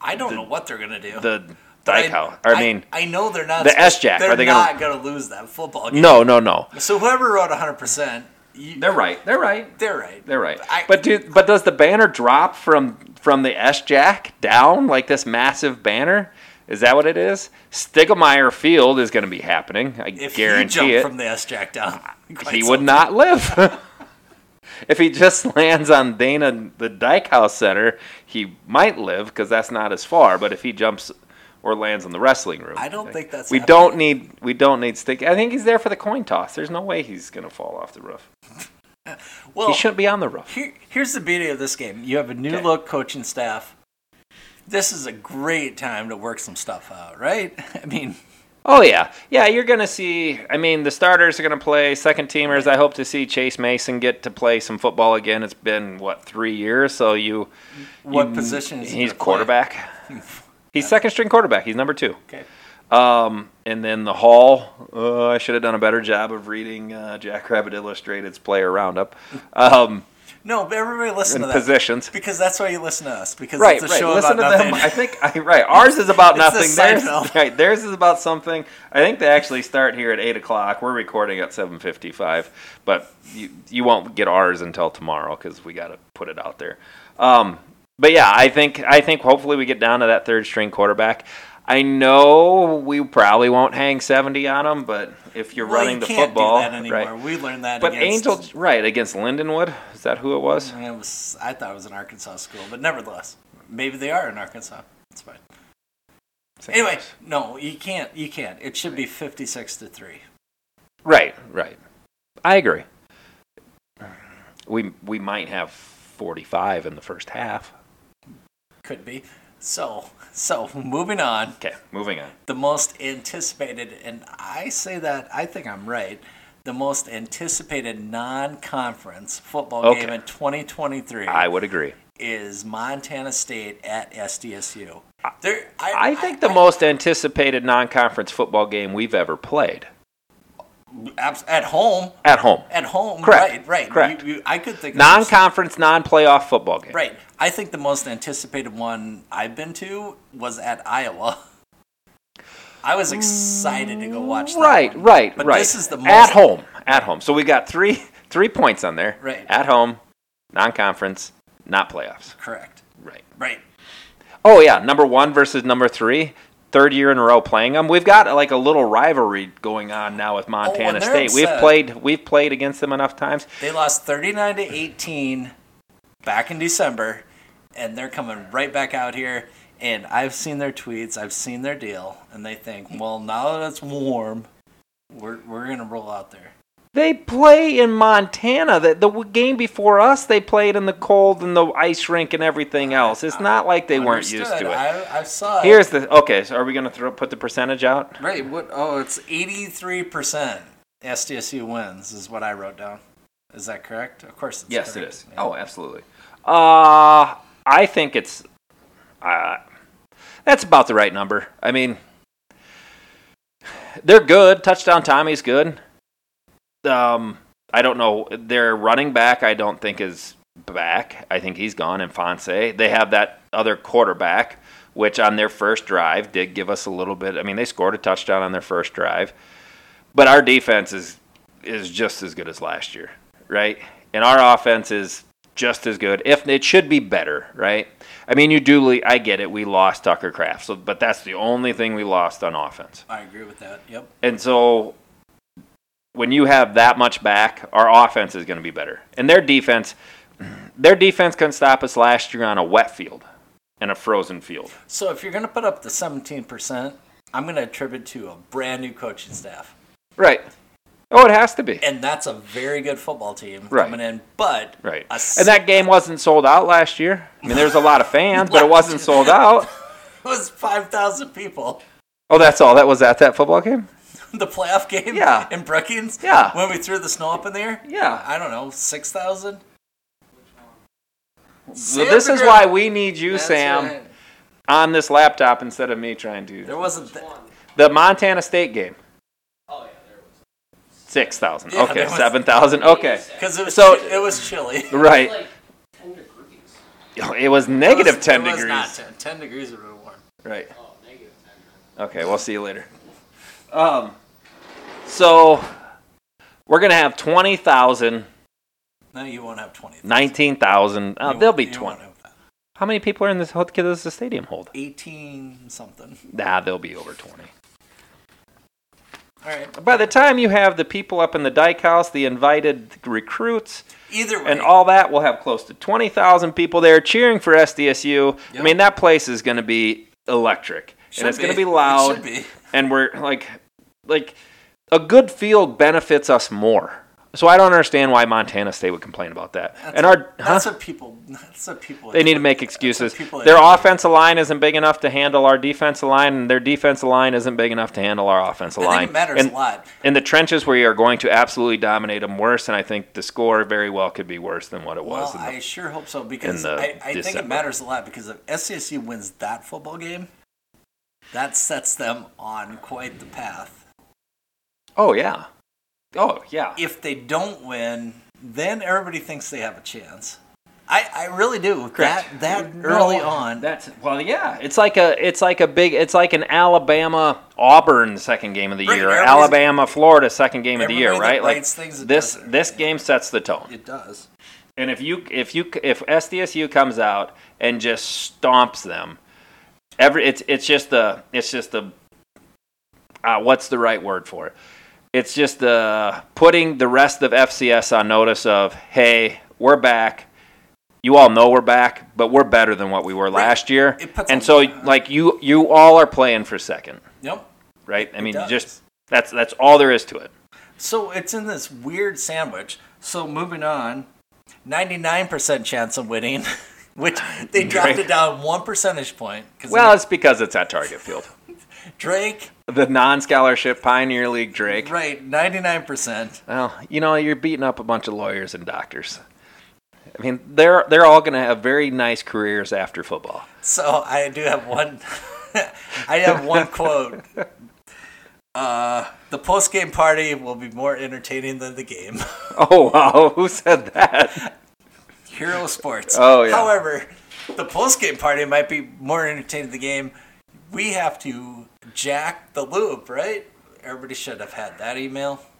Speaker 2: I don't know what they're gonna do.
Speaker 1: the
Speaker 2: But
Speaker 1: dyke house. I mean,
Speaker 2: I, know they're not
Speaker 1: the
Speaker 2: supposed-
Speaker 1: SJAC,
Speaker 2: They're
Speaker 1: are they gonna-
Speaker 2: not gonna... lose that football game.
Speaker 1: no, no, no.
Speaker 2: So whoever wrote one hundred percent, they're
Speaker 1: They're right. They're right.
Speaker 2: they're right.
Speaker 1: They're right.
Speaker 2: I-
Speaker 1: but do, but does the banner drop from from the S jack down like this massive banner? Is that what it is? Stiglmeyer Field is going to be happening. I
Speaker 2: if he
Speaker 1: guarantee
Speaker 2: jumped
Speaker 1: it.
Speaker 2: from the S jack down, quite
Speaker 1: he
Speaker 2: so-
Speaker 1: would not live. if he just lands on Dana the Dyke House Center, he might live because that's not as far. But if he jumps or lands on the wrestling room,
Speaker 2: I don't think that's
Speaker 1: we
Speaker 2: happening.
Speaker 1: don't need we don't need stick. I think he's there for the coin toss. There's no way he's gonna fall off the roof.
Speaker 2: Well,
Speaker 1: He shouldn't be on the roof.
Speaker 2: Here, here's the beauty of this game. You have a new
Speaker 1: Okay.
Speaker 2: look coaching staff. This is a great time to work some stuff out, right? I mean,
Speaker 1: Oh yeah, yeah. You're gonna see. I mean, the starters are gonna play. Second teamers. I hope to see Chase Mason get to play some football again. It's been what three years? So you
Speaker 2: what
Speaker 1: you-
Speaker 2: position is he
Speaker 1: Mm, he's
Speaker 2: gonna play?
Speaker 1: quarterback. He's second string quarterback. He's number two.
Speaker 2: Okay.
Speaker 1: Um, and then the Hall. Uh, I should have done a better job of reading uh, Jackrabbit Illustrated's player roundup. Um,
Speaker 2: No, but everybody listen
Speaker 1: and
Speaker 2: to that
Speaker 1: positions.
Speaker 2: because that's why you listen to us because
Speaker 1: Right,
Speaker 2: it's a
Speaker 1: right.
Speaker 2: show
Speaker 1: Listen
Speaker 2: about
Speaker 1: to
Speaker 2: nothing.
Speaker 1: them. I think I, right. Ours is about
Speaker 2: It's the
Speaker 1: nothing. Theirs,
Speaker 2: Seinfeld.
Speaker 1: right. Theirs is about something. I think they actually start here at eight o'clock. We're recording at seven fifty-five, but you you won't get ours until tomorrow because we got to put it out there. Um, but yeah, I think I think hopefully we get down to that third string quarterback. I know we probably won't hang seventy on him, but if you're
Speaker 2: Well,
Speaker 1: running
Speaker 2: you
Speaker 1: the
Speaker 2: can't
Speaker 1: football,
Speaker 2: do that anymore.
Speaker 1: right?
Speaker 2: We learned that.
Speaker 1: But
Speaker 2: against,
Speaker 1: Angel, right against Lindenwood, is that who it was?
Speaker 2: I mean, it was, I thought it was an Arkansas school, but nevertheless, maybe they are in Arkansas. That's fine.
Speaker 1: St.
Speaker 2: Anyway,
Speaker 1: Louis.
Speaker 2: no, you can't. You can't. It should be 56 to 3.
Speaker 1: Right, right. I agree. We we might have 45 in the first half.
Speaker 2: Could be. So, so moving on.
Speaker 1: Okay, moving on.
Speaker 2: The most anticipated, and I say that, I think I'm right, the most anticipated non conference football
Speaker 1: Okay.
Speaker 2: game in 2023
Speaker 1: I would agree.
Speaker 2: is Montana State at SDSU. There, I,
Speaker 1: I think the most anticipated non-conference football game we've ever played
Speaker 2: abs- at home,
Speaker 1: at home.
Speaker 2: at home,
Speaker 1: Correct.
Speaker 2: right, right.
Speaker 1: Correct.
Speaker 2: You- you- I could think of some-
Speaker 1: Non-conference, non-playoff football game.
Speaker 2: Right. I think the most anticipated one I've been to was at Iowa. I was excited to go watch that.
Speaker 1: Right,
Speaker 2: one.
Speaker 1: right,
Speaker 2: But
Speaker 1: right.
Speaker 2: this is the most
Speaker 1: at home, at home. So we got three three points on there.
Speaker 2: Right.
Speaker 1: At home, non-conference, not playoffs.
Speaker 2: Correct.
Speaker 1: Right.
Speaker 2: Right.
Speaker 1: Oh yeah, number one versus number three, third year in a row playing them. We've got like a little rivalry going on now with Montana
Speaker 2: Oh, they're
Speaker 1: State. We've
Speaker 2: upset.
Speaker 1: played we've played against them enough times.
Speaker 2: They lost 39 to 18 back in December and they're coming right back out here and I've seen their tweets, I've seen their deal and they think, "Well, now that it's warm, we're we're going to roll out there."
Speaker 1: They play in Montana. The, the w- game before us, they played in the cold and the ice rink and everything else. It's not like they weren't used
Speaker 2: Understood.
Speaker 1: to it.
Speaker 2: I, I saw it.
Speaker 1: Here's the okay. So are we gonna throw put the percentage out?
Speaker 2: Right. What? Oh, it's eighty-three percent. SDSU wins is what I wrote down. Is that correct? Of course. It's
Speaker 1: Yes, it
Speaker 2: correct.
Speaker 1: is. Oh, absolutely. Uh, I think it's. Uh, that's about the right number. I mean, they're good. Touchdown Tommy's good. Um, I don't know. Their running back, I don't think, is back. I think he's gone in Fonse. They have that other quarterback, which on their first drive did give us a little bit. I mean, they scored a touchdown on their first drive. But our defense is is just as good as last year, right? And our offense is just as good, if it should be better, right? I mean, you do. I get it. We lost Tucker Craft, so but that's the only thing we lost on offense.
Speaker 2: I agree with that. Yep.
Speaker 1: And so when you have that much back, our offense is going to be better. And their defense, their defense couldn't stop us last year on a wet field and a frozen field.
Speaker 2: So if you're gonna put up the seventeen percent, I'm gonna attribute to a brand new coaching staff,
Speaker 1: Right. Oh, it has to be.
Speaker 2: and that's a very good football team
Speaker 1: Right.
Speaker 2: coming in. But
Speaker 1: Right.
Speaker 2: a
Speaker 1: And that game wasn't sold out last year. I mean, there's a lot of fans, but it wasn't sold out.
Speaker 2: was five thousand people.
Speaker 1: Oh, that's all. That was at that football game.
Speaker 2: The playoff game
Speaker 1: Yeah.
Speaker 2: in Brookings.
Speaker 1: Yeah.
Speaker 2: When we threw the snow up in the air.
Speaker 1: Yeah.
Speaker 2: I don't know, six thousand.
Speaker 1: So this is why we need you, Sam, on this laptop instead of me trying to.
Speaker 2: There wasn't. th-
Speaker 1: The Montana State game.
Speaker 2: Oh,
Speaker 1: Six thousand.
Speaker 2: Yeah,
Speaker 1: okay,
Speaker 2: there was-
Speaker 1: seven thousand. Okay,
Speaker 2: Because it was
Speaker 1: So-
Speaker 2: chi- it was chilly.
Speaker 1: right. Oh, It was negative
Speaker 2: It was-
Speaker 1: ten
Speaker 2: it was
Speaker 1: degrees.
Speaker 2: not 10. 10 degrees would have been warm.
Speaker 1: Right.
Speaker 2: Oh,
Speaker 1: Okay, we'll see you later. Um, so we're gonna have twenty thousand,
Speaker 2: No, you won't have 20.
Speaker 1: nineteen thousand.
Speaker 2: You
Speaker 1: Oh,
Speaker 2: won't-
Speaker 1: they'll be
Speaker 2: you won't
Speaker 1: twenty.
Speaker 2: have that.
Speaker 1: How many people are in this? How big does the stadium hold?
Speaker 2: 18 something.
Speaker 1: Nah, they'll be over twenty.
Speaker 2: All right.
Speaker 1: By the time you have the people up in the Dyke House, the invited recruits,
Speaker 2: Either way.
Speaker 1: and all that, we'll have close to 20,000 people there cheering for SDSU. I
Speaker 2: Yep.
Speaker 1: mean, that place is going to be electric.
Speaker 2: Should
Speaker 1: and it's going to
Speaker 2: be.
Speaker 1: be
Speaker 2: It should
Speaker 1: loud.
Speaker 2: be.
Speaker 1: And we're like, like, a good field benefits us more. So I don't understand why Montana State would complain about that.
Speaker 2: That's
Speaker 1: and
Speaker 2: what-
Speaker 1: our, huh?
Speaker 2: That's what people. That's what people.
Speaker 1: They need to make excuses.
Speaker 2: people
Speaker 1: Their
Speaker 2: are-
Speaker 1: offensive line isn't big enough to handle our defensive line, and their defensive line isn't big enough to handle our offensive
Speaker 2: I
Speaker 1: line.
Speaker 2: think it matters
Speaker 1: And-
Speaker 2: a lot.
Speaker 1: In the trenches, we are going to absolutely dominate them worse, and I think the score very well could be worse than what it
Speaker 2: Well,
Speaker 1: was. in the-
Speaker 2: I sure hope so because
Speaker 1: the
Speaker 2: I, I think
Speaker 1: December.
Speaker 2: it matters a lot because if SCSU wins that football game, that sets them on quite the path.
Speaker 1: oh yeah, oh yeah.
Speaker 2: if they don't win, then everybody thinks they have a chance. I, I really do. That that
Speaker 1: No,
Speaker 2: early on.
Speaker 1: That's well, yeah. It's like a it's like a big it's like an Alabama Auburn second game of the
Speaker 2: Right,
Speaker 1: year,
Speaker 2: everybody's-
Speaker 1: Alabama Florida second game of the year,
Speaker 2: everybody
Speaker 1: right?
Speaker 2: that
Speaker 1: Like
Speaker 2: writes things, it
Speaker 1: this
Speaker 2: doesn't.
Speaker 1: this game sets the tone.
Speaker 2: it does.
Speaker 1: And if you if you if SDSU comes out and just stomps them, every it's it's just the it's just the uh, what's the right word for it? It's just the putting the rest of FCS on notice of hey, we're back. you all know we're back, but we're better than what we were last year.
Speaker 2: It puts
Speaker 1: And
Speaker 2: a-
Speaker 1: so, like you, you all are playing for second,
Speaker 2: Yep.
Speaker 1: right? I mean,
Speaker 2: does.
Speaker 1: just that's that's all there is to it.
Speaker 2: So it's in this weird sandwich. So moving on, 99% chance of winning, which they dropped it down one percentage point. 'cause
Speaker 1: Well, it's because it's at Target Field,
Speaker 2: Drake,
Speaker 1: the non-scholarship Pioneer League Drake.
Speaker 2: right, 99%.
Speaker 1: Well, you know, you're beating up a bunch of lawyers and doctors. I mean, they're they're all going to have very nice careers after football.
Speaker 2: So I do have one. I have one quote. Uh, the post game party will be more entertaining than the game.
Speaker 1: Oh wow, who said that?
Speaker 2: Hero Sports.
Speaker 1: Oh, yeah.
Speaker 2: However, the post game party might be more entertaining than the game. We have to jack the loop, right? Everybody should have had that email.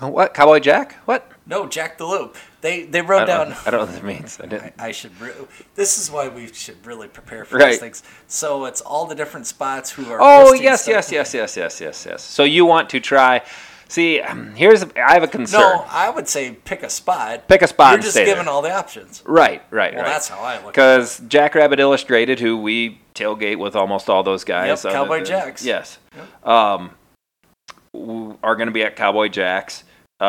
Speaker 1: What Cowboy Jack? What?
Speaker 2: No, jack the loop. They they
Speaker 1: I
Speaker 2: wrote
Speaker 1: don't,
Speaker 2: down.
Speaker 1: Uh, I don't know what that means. I didn't.
Speaker 2: I should. Re- this is why we should really prepare for
Speaker 1: Right.
Speaker 2: these things. So it's all the different spots who are.
Speaker 1: Oh
Speaker 2: hosting
Speaker 1: yes,
Speaker 2: stuff.
Speaker 1: yes, yes, yes, yes, yes, yes. So you want to try? See, um, here's I have a concern.
Speaker 2: No, I would say pick a spot.
Speaker 1: Pick a spot
Speaker 2: You're
Speaker 1: and
Speaker 2: just
Speaker 1: stay
Speaker 2: given
Speaker 1: there.
Speaker 2: all the options.
Speaker 1: Right, right,
Speaker 2: Well,
Speaker 1: right.
Speaker 2: that's how I look.
Speaker 1: Because Jackrabbit Illustrated, who we tailgate with almost all those guys,
Speaker 2: Yep,
Speaker 1: other
Speaker 2: Cowboy
Speaker 1: than-
Speaker 2: Jacks.
Speaker 1: Yes, um, w- are going to be at Cowboy Jacks. Uh,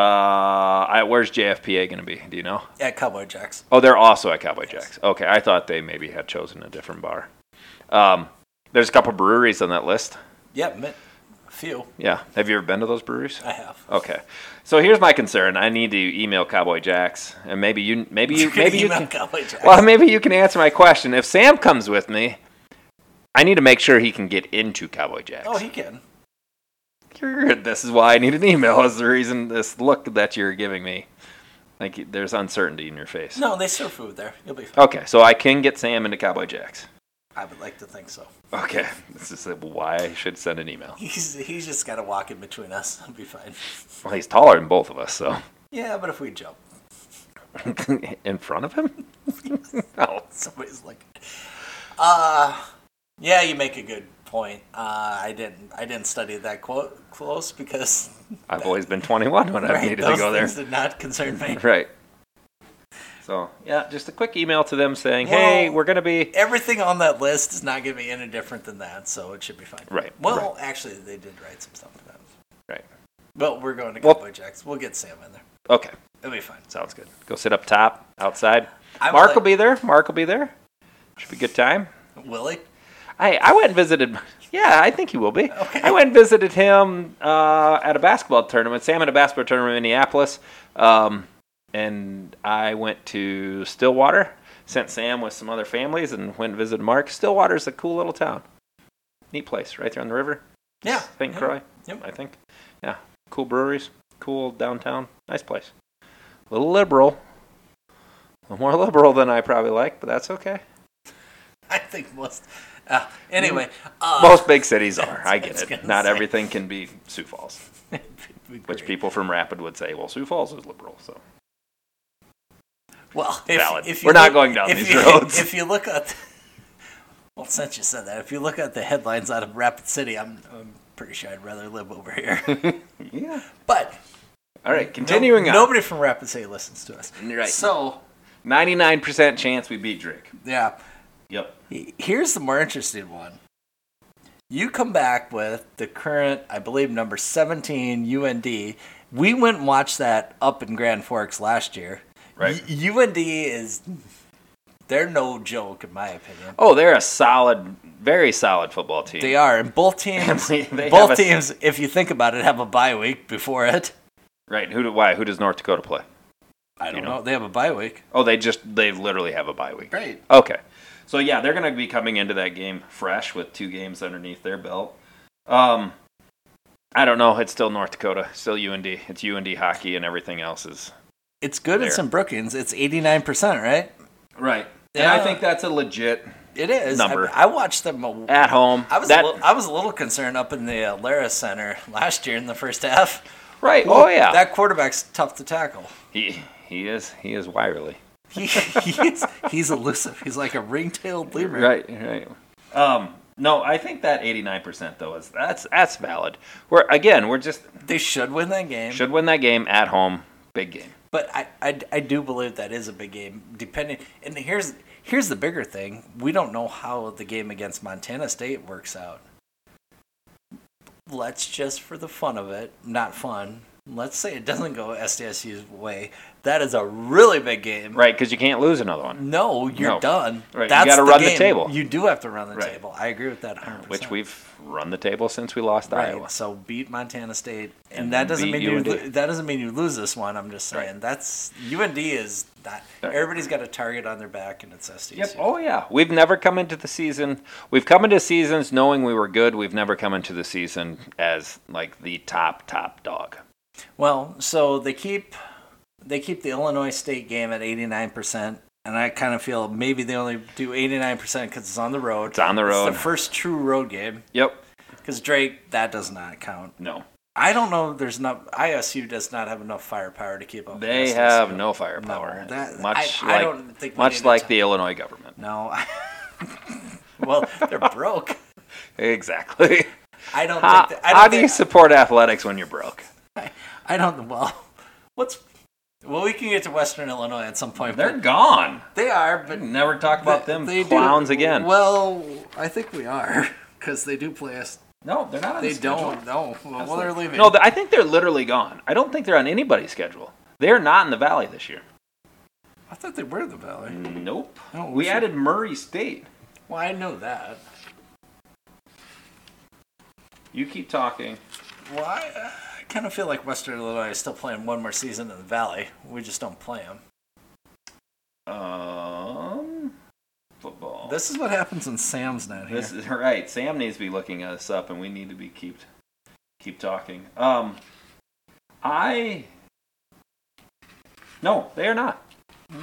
Speaker 1: I, where's JFPA going to be? Do you know?
Speaker 2: Yeah, Cowboy Jacks.
Speaker 1: Oh, they're also at Cowboy Jacks. Okay, I thought they maybe had chosen a different bar. Um, there's a couple breweries on that list.
Speaker 2: Yep, mi- a few
Speaker 1: Yeah, have you ever been to those breweries?
Speaker 2: I have.
Speaker 1: Okay. So here's my concern. I need to email Cowboy Jacks, and maybe you, maybe you,
Speaker 2: can
Speaker 1: maybe you
Speaker 2: email
Speaker 1: can.
Speaker 2: Cowboy Jacks.
Speaker 1: Well, maybe you can answer my question. If Sam comes with me, I need to make sure he can get into Cowboy Jacks.
Speaker 2: oh, he can.
Speaker 1: This is why I need an email. Is the reason this look that you're giving me? Like there's uncertainty in your face.
Speaker 2: No, they serve food there. You'll be fine.
Speaker 1: Okay, so I can get Sam into Cowboy Jacks.
Speaker 2: I would like to think so.
Speaker 1: Okay, this is uh, why I should send an email.
Speaker 2: He's he's just got to walk in between us. He'll be fine.
Speaker 1: Well, he's taller than both of us, so
Speaker 2: Yeah, but if we jump,
Speaker 1: in front of him. no.
Speaker 2: somebody's like, uh yeah, you make a good point. Uh, I didn't I didn't study that quote close because
Speaker 1: I've always been 21 when I've
Speaker 2: right,
Speaker 1: needed to
Speaker 2: those
Speaker 1: go there.
Speaker 2: things did not concern me.
Speaker 1: Right. So yeah, just a quick email to them saying,
Speaker 2: Well-
Speaker 1: "Hey, we're gonna be."
Speaker 2: everything on that list is not going to be any different than that, so it should be fine.
Speaker 1: Right,
Speaker 2: Well, actually, they did write some stuff for that.
Speaker 1: Right.
Speaker 2: But we're going to
Speaker 1: Well-
Speaker 2: Cowboy Jacks. We'll get Sam in there.
Speaker 1: Okay,
Speaker 2: It'll be fine.
Speaker 1: sounds good. Go sit up top outside.
Speaker 2: I would
Speaker 1: Mark
Speaker 2: like-
Speaker 1: will be there. Mark will be there. Should be a good time.
Speaker 2: Willie?
Speaker 1: I I went and visited. Yeah, I think he will be.
Speaker 2: Okay.
Speaker 1: I went and visited him uh, at a basketball tournament. Sam at a basketball tournament in Minneapolis, um, and I went to Stillwater. Sent Sam with some other families and went and visited Mark. Stillwater's a cool little town. Neat place, right there on the river.
Speaker 2: Yeah.
Speaker 1: I think
Speaker 2: yeah.
Speaker 1: Croy.
Speaker 2: Yep.
Speaker 1: I think. Yeah. Cool breweries. Cool downtown. Nice place. A little liberal. A little more liberal than I probably like, but that's okay.
Speaker 2: I think most. Uh, anyway,
Speaker 1: Mm-hmm.
Speaker 2: uh,
Speaker 1: Most big cities are. I get
Speaker 2: That's what I was
Speaker 1: it.
Speaker 2: gonna
Speaker 1: Not
Speaker 2: say.
Speaker 1: everything can be Sioux Falls, which people from Rapid would say, well, Sioux Falls is liberal, so.
Speaker 2: Well, if,
Speaker 1: Valid.
Speaker 2: if
Speaker 1: We're not
Speaker 2: look-
Speaker 1: going down
Speaker 2: if
Speaker 1: these
Speaker 2: you-
Speaker 1: roads.
Speaker 2: If you look at, well, since you said that, if you look at the headlines out of Rapid City, I'm, I'm pretty sure I'd rather live over here.
Speaker 1: Yeah.
Speaker 2: but
Speaker 1: All right, continuing
Speaker 2: no-
Speaker 1: on.
Speaker 2: nobody from Rapid City listens to us.
Speaker 1: Right.
Speaker 2: So
Speaker 1: 99% chance we beat Drake.
Speaker 2: yeah,
Speaker 1: Yep.
Speaker 2: here's the more interesting one. You come back with the current, I believe, number 17 UND. We went and watched that up in Grand Forks last year.
Speaker 1: Right.
Speaker 2: U- UND is, they're no joke, in my opinion.
Speaker 1: Oh, they're a solid, very solid football team.
Speaker 2: They are, and both teams,
Speaker 1: They- they have
Speaker 2: both
Speaker 1: a-
Speaker 2: teams, if you think about it, have a bye week before it.
Speaker 1: Right. Who do, why? Who does North Dakota play?
Speaker 2: I don't
Speaker 1: You know.
Speaker 2: know. They have a bye week.
Speaker 1: Oh, they just, they literally have a bye week.
Speaker 2: Great.
Speaker 1: Okay. So yeah, they're going to be coming into that game fresh with two games underneath their belt. Um, I don't know. It's still North Dakota, still UND. It's UND hockey, and everything else is
Speaker 2: It's good. It's
Speaker 1: There.
Speaker 2: in Brookings. It's 89%, right?
Speaker 1: right. And
Speaker 2: Yeah.
Speaker 1: I think that's a legit
Speaker 2: It is.
Speaker 1: Number.
Speaker 2: I, I watched them a,
Speaker 1: at home.
Speaker 2: I was
Speaker 1: that
Speaker 2: a little, I was a little concerned up in the uh, Lara Center last year in the first half.
Speaker 1: right. Oh yeah,
Speaker 2: that quarterback's tough to tackle.
Speaker 1: he he is he is wirely.
Speaker 2: He, he's, he's elusive. He's like a ring-tailed lemur.
Speaker 1: Right, right. Um, no, I think that eighty nine percent though is that's that's valid. We're again, we're just
Speaker 2: They should win that game.
Speaker 1: should win that game at home, big game.
Speaker 2: But I, I, I do believe that is a big game. Depending, and here's here's the bigger thing: we don't know how the game against Montana State works out. Let's just, for the fun of it, not fun. Let's say it doesn't go SDSU's way. That is a really big game.
Speaker 1: Right, because you can't lose another one,
Speaker 2: No, you're
Speaker 1: No.
Speaker 2: done.
Speaker 1: Right, you
Speaker 2: That's
Speaker 1: gotta
Speaker 2: the
Speaker 1: run the
Speaker 2: game.
Speaker 1: table.
Speaker 2: You do have to run the
Speaker 1: Right.
Speaker 2: table. I agree with that 100%.
Speaker 1: which we've run the table since we lost
Speaker 2: Right,
Speaker 1: Iowa.
Speaker 2: So beat Montana State, and,
Speaker 1: And
Speaker 2: that doesn't
Speaker 1: beat
Speaker 2: mean you
Speaker 1: UND.
Speaker 2: lo- that doesn't mean you lose this one. I'm just saying
Speaker 1: Right.
Speaker 2: that's UND is that
Speaker 1: Right.
Speaker 2: everybody's got a target on their back, and it's SDSU.
Speaker 1: Yep. Oh yeah. We've never come into the season. We've come into seasons knowing we were good. We've never come into the season as like the top top dog.
Speaker 2: Well, so they keep they keep the Illinois State game at 89 percent, and I kind of feel maybe they only do 89 percent because it's on the road.
Speaker 1: It's on the road.
Speaker 2: It's the first true road game
Speaker 1: Yep.
Speaker 2: because Drake that does not count.
Speaker 1: No.
Speaker 2: I don't know. if There's not ISU does not have enough firepower to keep up. with
Speaker 1: They
Speaker 2: SDSU.
Speaker 1: have no firepower.
Speaker 2: No, that-
Speaker 1: much
Speaker 2: I- I
Speaker 1: like
Speaker 2: don't think we need
Speaker 1: much
Speaker 2: to
Speaker 1: like
Speaker 2: talk-
Speaker 1: the Illinois government.
Speaker 2: No. well, they're broke.
Speaker 1: Exactly.
Speaker 2: I don't
Speaker 1: How,
Speaker 2: think. That, I don't
Speaker 1: how do you
Speaker 2: think-
Speaker 1: support athletics when you're broke?
Speaker 2: I don't. Well, what's? Well, we can get to Western Illinois at some point.
Speaker 1: They're
Speaker 2: but
Speaker 1: gone.
Speaker 2: they are, but
Speaker 1: Never talk about them
Speaker 2: they do-
Speaker 1: clowns again.
Speaker 2: Well, I think we are because they do play us.
Speaker 1: no, they're not. On
Speaker 2: They
Speaker 1: the schedule.
Speaker 2: don't. No. Well, they're leaving.
Speaker 1: No, th- I think they're literally gone. I don't think they're on anybody's schedule. They're not in the valley this year.
Speaker 2: I thought they were in the valley.
Speaker 1: Nope.
Speaker 2: No,
Speaker 1: we
Speaker 2: we should-
Speaker 1: added Murray State.
Speaker 2: Well, I know that.
Speaker 1: You keep talking.
Speaker 2: Well, I, uh, I kind of feel like Western Illinois is still playing one more season in the valley. We just don't play them.
Speaker 1: Um, football.
Speaker 2: This is what happens when Sam's not here.
Speaker 1: This is right. Sam needs to be looking us up, and we need to be keep keep talking. Um, I no, they are not.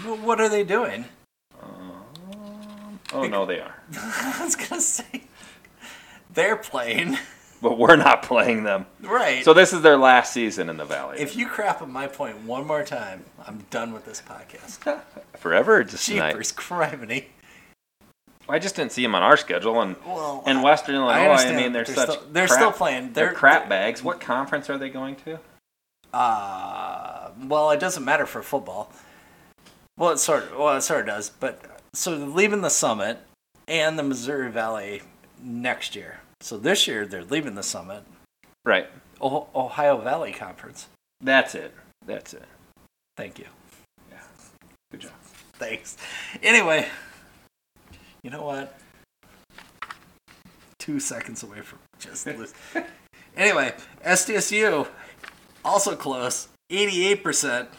Speaker 2: Well, what are they doing?
Speaker 1: Um, oh no, they are.
Speaker 2: I was gonna say they're playing
Speaker 1: But we're not playing them.
Speaker 2: right.
Speaker 1: So this is their last season in the Valley.
Speaker 2: if you crap on my point one more time, I'm done with this podcast.
Speaker 1: Forever or just tonight.
Speaker 2: Jeepers, criminy.
Speaker 1: I just didn't see them on our schedule, and
Speaker 2: Well,
Speaker 1: and Western Illinois. I,
Speaker 2: understand,
Speaker 1: mean, they're,
Speaker 2: but
Speaker 1: such.
Speaker 2: still, they're
Speaker 1: crap-
Speaker 2: still playing.
Speaker 1: They're,
Speaker 2: They're,
Speaker 1: crap bags. What conference are they going to?
Speaker 2: Uh, well, it doesn't matter for football. Well, it sort of, well, it sort of does. But so they're leaving the summit and the Missouri Valley next year. So this year they're leaving the summit,
Speaker 1: Right.
Speaker 2: oh- Ohio Valley Conference.
Speaker 1: That's it. That's it.
Speaker 2: Thank you.
Speaker 1: Good job.
Speaker 2: Thanks. Anyway, you know what? Two seconds away from just lose. anyway, SDSU also close, eighty-eight percent.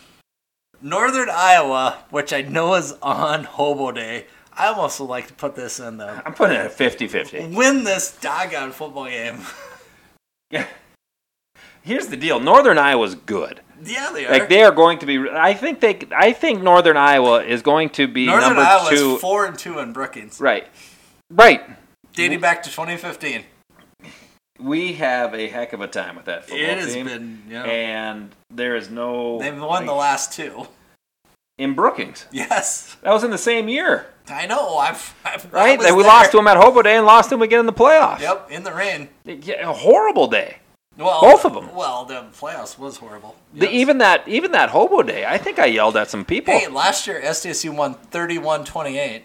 Speaker 2: Northern Iowa, which I know is on Hobo Day. I almost would like to put this in though.
Speaker 1: I'm putting it at 50-50.
Speaker 2: Win this doggone football game.
Speaker 1: Yeah. Here's the deal. Northern Iowa's good.
Speaker 2: yeah, they are.
Speaker 1: Like they are going to be. I think they. I think Northern Iowa is going to be
Speaker 2: Northern
Speaker 1: number
Speaker 2: Iowa
Speaker 1: two.
Speaker 2: is four and two in Brookings,
Speaker 1: Right. Right.
Speaker 2: dating back to 2015.
Speaker 1: We have a heck of a time with that football
Speaker 2: It has
Speaker 1: team,
Speaker 2: been, you know,
Speaker 1: and there is no.
Speaker 2: they've won the
Speaker 1: like,
Speaker 2: last two.
Speaker 1: in Brookings.
Speaker 2: Yes.
Speaker 1: That was in the same year,
Speaker 2: I know. I've, I've I
Speaker 1: right?
Speaker 2: was
Speaker 1: That we
Speaker 2: there.
Speaker 1: lost to them at Hobo Day and lost to them again in the playoffs.
Speaker 2: Yep, in the rain.
Speaker 1: Yeah, a horrible day.
Speaker 2: Well,
Speaker 1: Both of 'em.
Speaker 2: Well, the playoffs was horrible.
Speaker 1: The,
Speaker 2: Yes.
Speaker 1: even that, even that Hobo Day. I think I yelled at some people.
Speaker 2: hey, last year SDSU won 31-28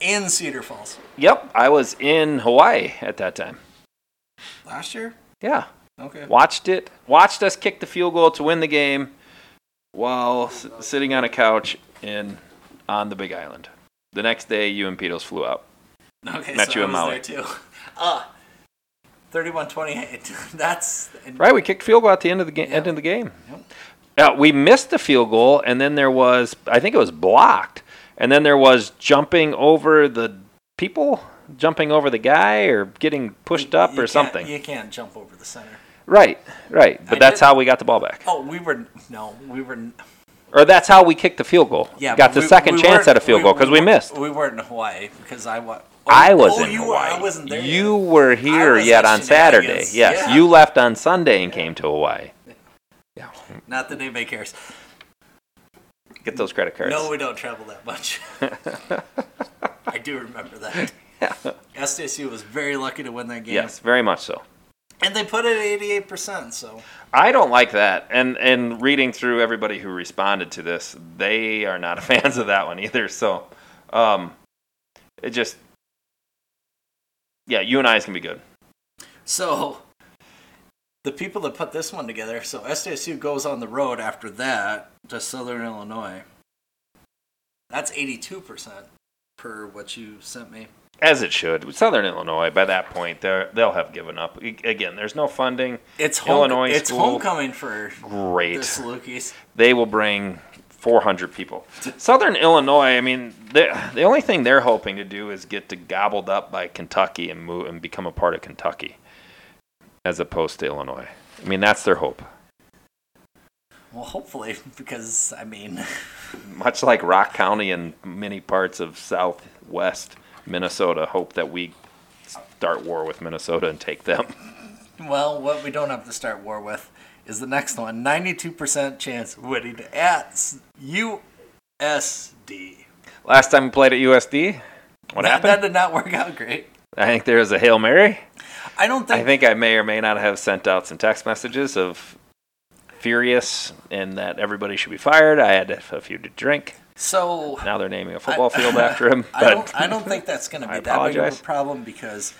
Speaker 2: in Cedar Falls.
Speaker 1: Yep, I was in Hawaii at that time.
Speaker 2: Last year?
Speaker 1: Yeah.
Speaker 2: Okay.
Speaker 1: watched it, watched us kick the field goal to win the game while s- sitting on a couch in on the Big Island. The next day, you and Petos flew out.
Speaker 2: Okay,
Speaker 1: Met you
Speaker 2: so I
Speaker 1: in
Speaker 2: was
Speaker 1: Maui.
Speaker 2: there too. Uh, 31-28. That's and
Speaker 1: Right, we kicked field goal at the end of the game. End of the game. Uh, we missed the field goal, and then there was, I think it was blocked, and then there was jumping over the people, jumping over the guy, or getting pushed up
Speaker 2: you
Speaker 1: or
Speaker 2: can't-
Speaker 1: something.
Speaker 2: You can't jump over the center.
Speaker 1: Right, right. But
Speaker 2: I
Speaker 1: that's
Speaker 2: did-
Speaker 1: how we got the ball back,
Speaker 2: Oh, we were no, we were
Speaker 1: or that's how we kicked the field goal.
Speaker 2: yeah.
Speaker 1: got
Speaker 2: but
Speaker 1: the
Speaker 2: we-
Speaker 1: second
Speaker 2: we
Speaker 1: chance at
Speaker 2: weren't-
Speaker 1: a field goal because we
Speaker 2: weren't-
Speaker 1: missed.
Speaker 2: We weren't in Hawaii because I was.
Speaker 1: I was
Speaker 2: oh,
Speaker 1: in
Speaker 2: you were-
Speaker 1: Hawaii.
Speaker 2: I wasn't there. yet.
Speaker 1: You were here
Speaker 2: was
Speaker 1: yet
Speaker 2: at
Speaker 1: on Saturday.
Speaker 2: shenanigans.
Speaker 1: Yes,
Speaker 2: Yeah.
Speaker 1: you left on Sunday and came to Hawaii. Yeah,
Speaker 2: Not that anybody cares.
Speaker 1: get those credit cards.
Speaker 2: No, we don't travel that much. I do remember that. SDSU was very lucky to win that game.
Speaker 1: yes, very much so.
Speaker 2: And they put it at 88%, so.
Speaker 1: I don't like that. And and reading through everybody who responded to this, they are not fans of that one either. So, um, it just yeah, you and I's can be good.
Speaker 2: So, the people that put this one together, so SDSU goes on the road after that to Southern Illinois. That's 82% per what you sent me.
Speaker 1: As it should. Southern Illinois, by that point, they're, they'll have given up. I- Again, there's no funding.
Speaker 2: It's home,
Speaker 1: Illinois
Speaker 2: It's
Speaker 1: school.
Speaker 2: homecoming for the
Speaker 1: Great.
Speaker 2: Salukis.
Speaker 1: they will bring 400 people. Southern Illinois, I mean, the the only thing they're hoping to do is get to gobbled up by Kentucky and move and become a part of Kentucky, as opposed to Illinois. I mean, that's their hope.
Speaker 2: Well, hopefully, because I mean,
Speaker 1: Much like Rock County and many parts of Southwest Minnesota, hope that we start war with Minnesota and take them.
Speaker 2: well, what we don't have to start war with is the next one. Ninety-two percent chance of winning at S- USD.
Speaker 1: Last time we played at USD, what
Speaker 2: that,
Speaker 1: happened?
Speaker 2: That did not work out great.
Speaker 1: I think there was a hail mary.
Speaker 2: I don't think.
Speaker 1: I think I may or may not have sent out some text messages of furious and that everybody should be fired. I had a few to drink.
Speaker 2: so.
Speaker 1: Now they're naming a football field after him. But
Speaker 2: I don't. I don't think that's going to
Speaker 1: I
Speaker 2: be that big of
Speaker 1: apologize.
Speaker 2: a problem because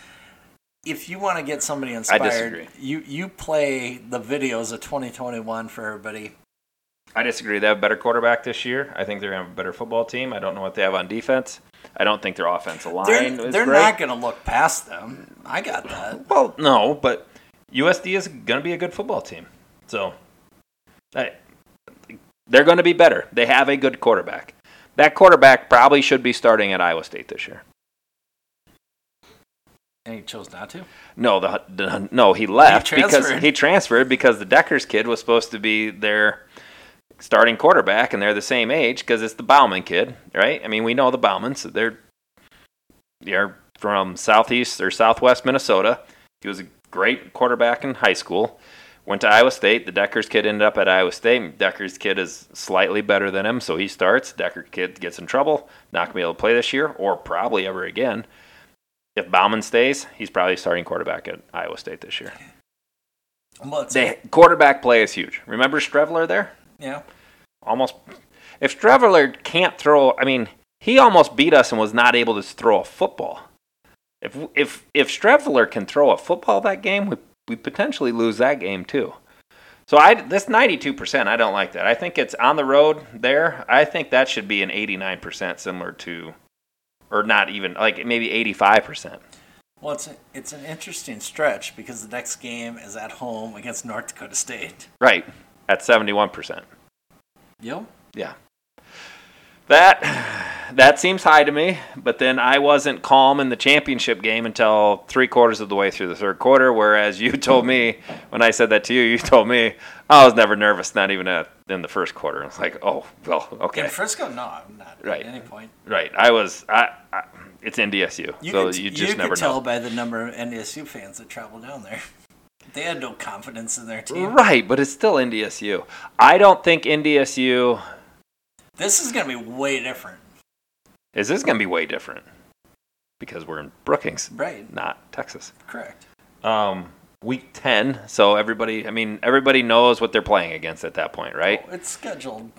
Speaker 2: if you want to get somebody
Speaker 1: disagree.
Speaker 2: inspired, you you play the videos of 2021 for everybody.
Speaker 1: I disagree. They have a better quarterback this year. I think they're going to have a better football team. I don't know what they have on defense. I don't think their offensive line
Speaker 2: They're,
Speaker 1: is
Speaker 2: they're
Speaker 1: great.
Speaker 2: not going to look past them. I got that.
Speaker 1: well, no, but USD is going to be a good football team. So I, they're going to be better. They have a good quarterback. That quarterback probably should be starting at Iowa State this year.
Speaker 2: And he chose not to.
Speaker 1: No, the, the no, he left
Speaker 2: He
Speaker 1: because
Speaker 2: transferred.
Speaker 1: he transferred because the Deckers kid was supposed to be their starting quarterback, and they're the same age because it's the Bauman kid, right? I mean, we know the Baumans; they're they're from southeast or southwest Minnesota. He was a great quarterback in high school. Went to Iowa State. The Deckers kid ended up at Iowa State. Deckers kid is slightly better than him, so he starts. Decker kid gets in trouble, not gonna be able to play this year or probably ever again. If Bauman stays, he's probably starting quarterback at Iowa State this year.
Speaker 2: Well, it's,
Speaker 1: They, quarterback play is huge. Remember Streveler there?
Speaker 2: yeah.
Speaker 1: Almost. If Streveler can't throw, I mean, he almost beat us and was not able to throw a football. If if if Streveler can throw a football that game, we we potentially lose that game too. So I this ninety two percent, I don't like that. I think it's on the road there. I think that should be an eighty nine percent, similar to, or not even like maybe eighty five percent.
Speaker 2: Well, it's, it's an interesting stretch because the next game is at home against North Dakota State.
Speaker 1: Right at seventy one percent.
Speaker 2: Yep.
Speaker 1: Yeah. That that seems high to me, but then I wasn't calm in the championship game until three quarters of the way through the third quarter. Whereas you told me when I said that to you, you told me I was never nervous, not even at, in the first quarter. It's like, oh well, okay,
Speaker 2: In Frisco, no, I'm not
Speaker 1: Right.
Speaker 2: at any point.
Speaker 1: right. I was. I, I it's NDSU,
Speaker 2: You
Speaker 1: so
Speaker 2: could,
Speaker 1: you just
Speaker 2: could
Speaker 1: never
Speaker 2: tell
Speaker 1: know.
Speaker 2: by the number of NDSU fans that travel down there. They had no confidence in their team.
Speaker 1: Right, but it's still NDSU. I don't think NDSU
Speaker 2: This is going to be way different.
Speaker 1: is this going to be way different because we're in Brookings,
Speaker 2: Right.
Speaker 1: not Texas.
Speaker 2: Correct.
Speaker 1: um, week 10 so everybody i mean everybody knows what they're playing against at that point right
Speaker 2: It's scheduled.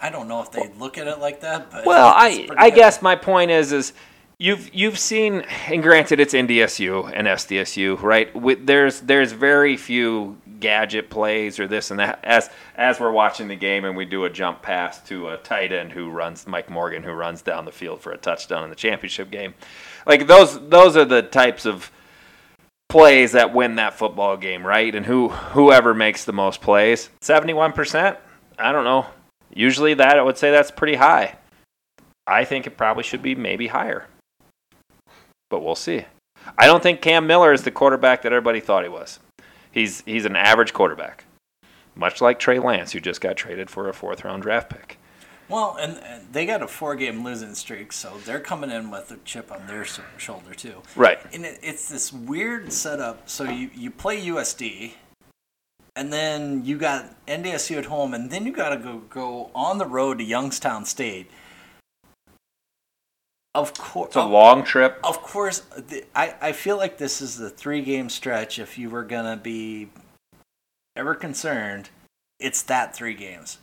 Speaker 2: I don't know if they look at it like that, but
Speaker 1: well
Speaker 2: it's
Speaker 1: i
Speaker 2: pretty
Speaker 1: i
Speaker 2: good.
Speaker 1: guess my point is is you've you've seen and granted it's ndsu and sdsu right With, there's there's very few gadget plays or this and that as as we're watching the game and we do a jump pass to a tight end who runs mike morgan who runs down the field for a touchdown in the championship game like those those are the types of plays that win that football game, right? And who whoever makes the most plays, seventy-one percent. I don't know. Usually, that I would say that's pretty high. I think it probably should be maybe higher, but we'll see. I don't think Cam Miller is the quarterback that everybody thought he was. He's he's an average quarterback, much like Trey Lance, who just got traded for a fourth-round draft pick.
Speaker 2: Well, and, and they got a four-game losing streak, so they're coming in with a chip on their s- shoulder too.
Speaker 1: Right.
Speaker 2: And it, it's this weird setup. So you you play USD, and then you got NDSU at home, and then you got to go go on the road to Youngstown State. Of course,
Speaker 1: It's a long trip.
Speaker 2: of course, th- I, I feel like this is the three game stretch. If you were going to be ever concerned, it's that three games.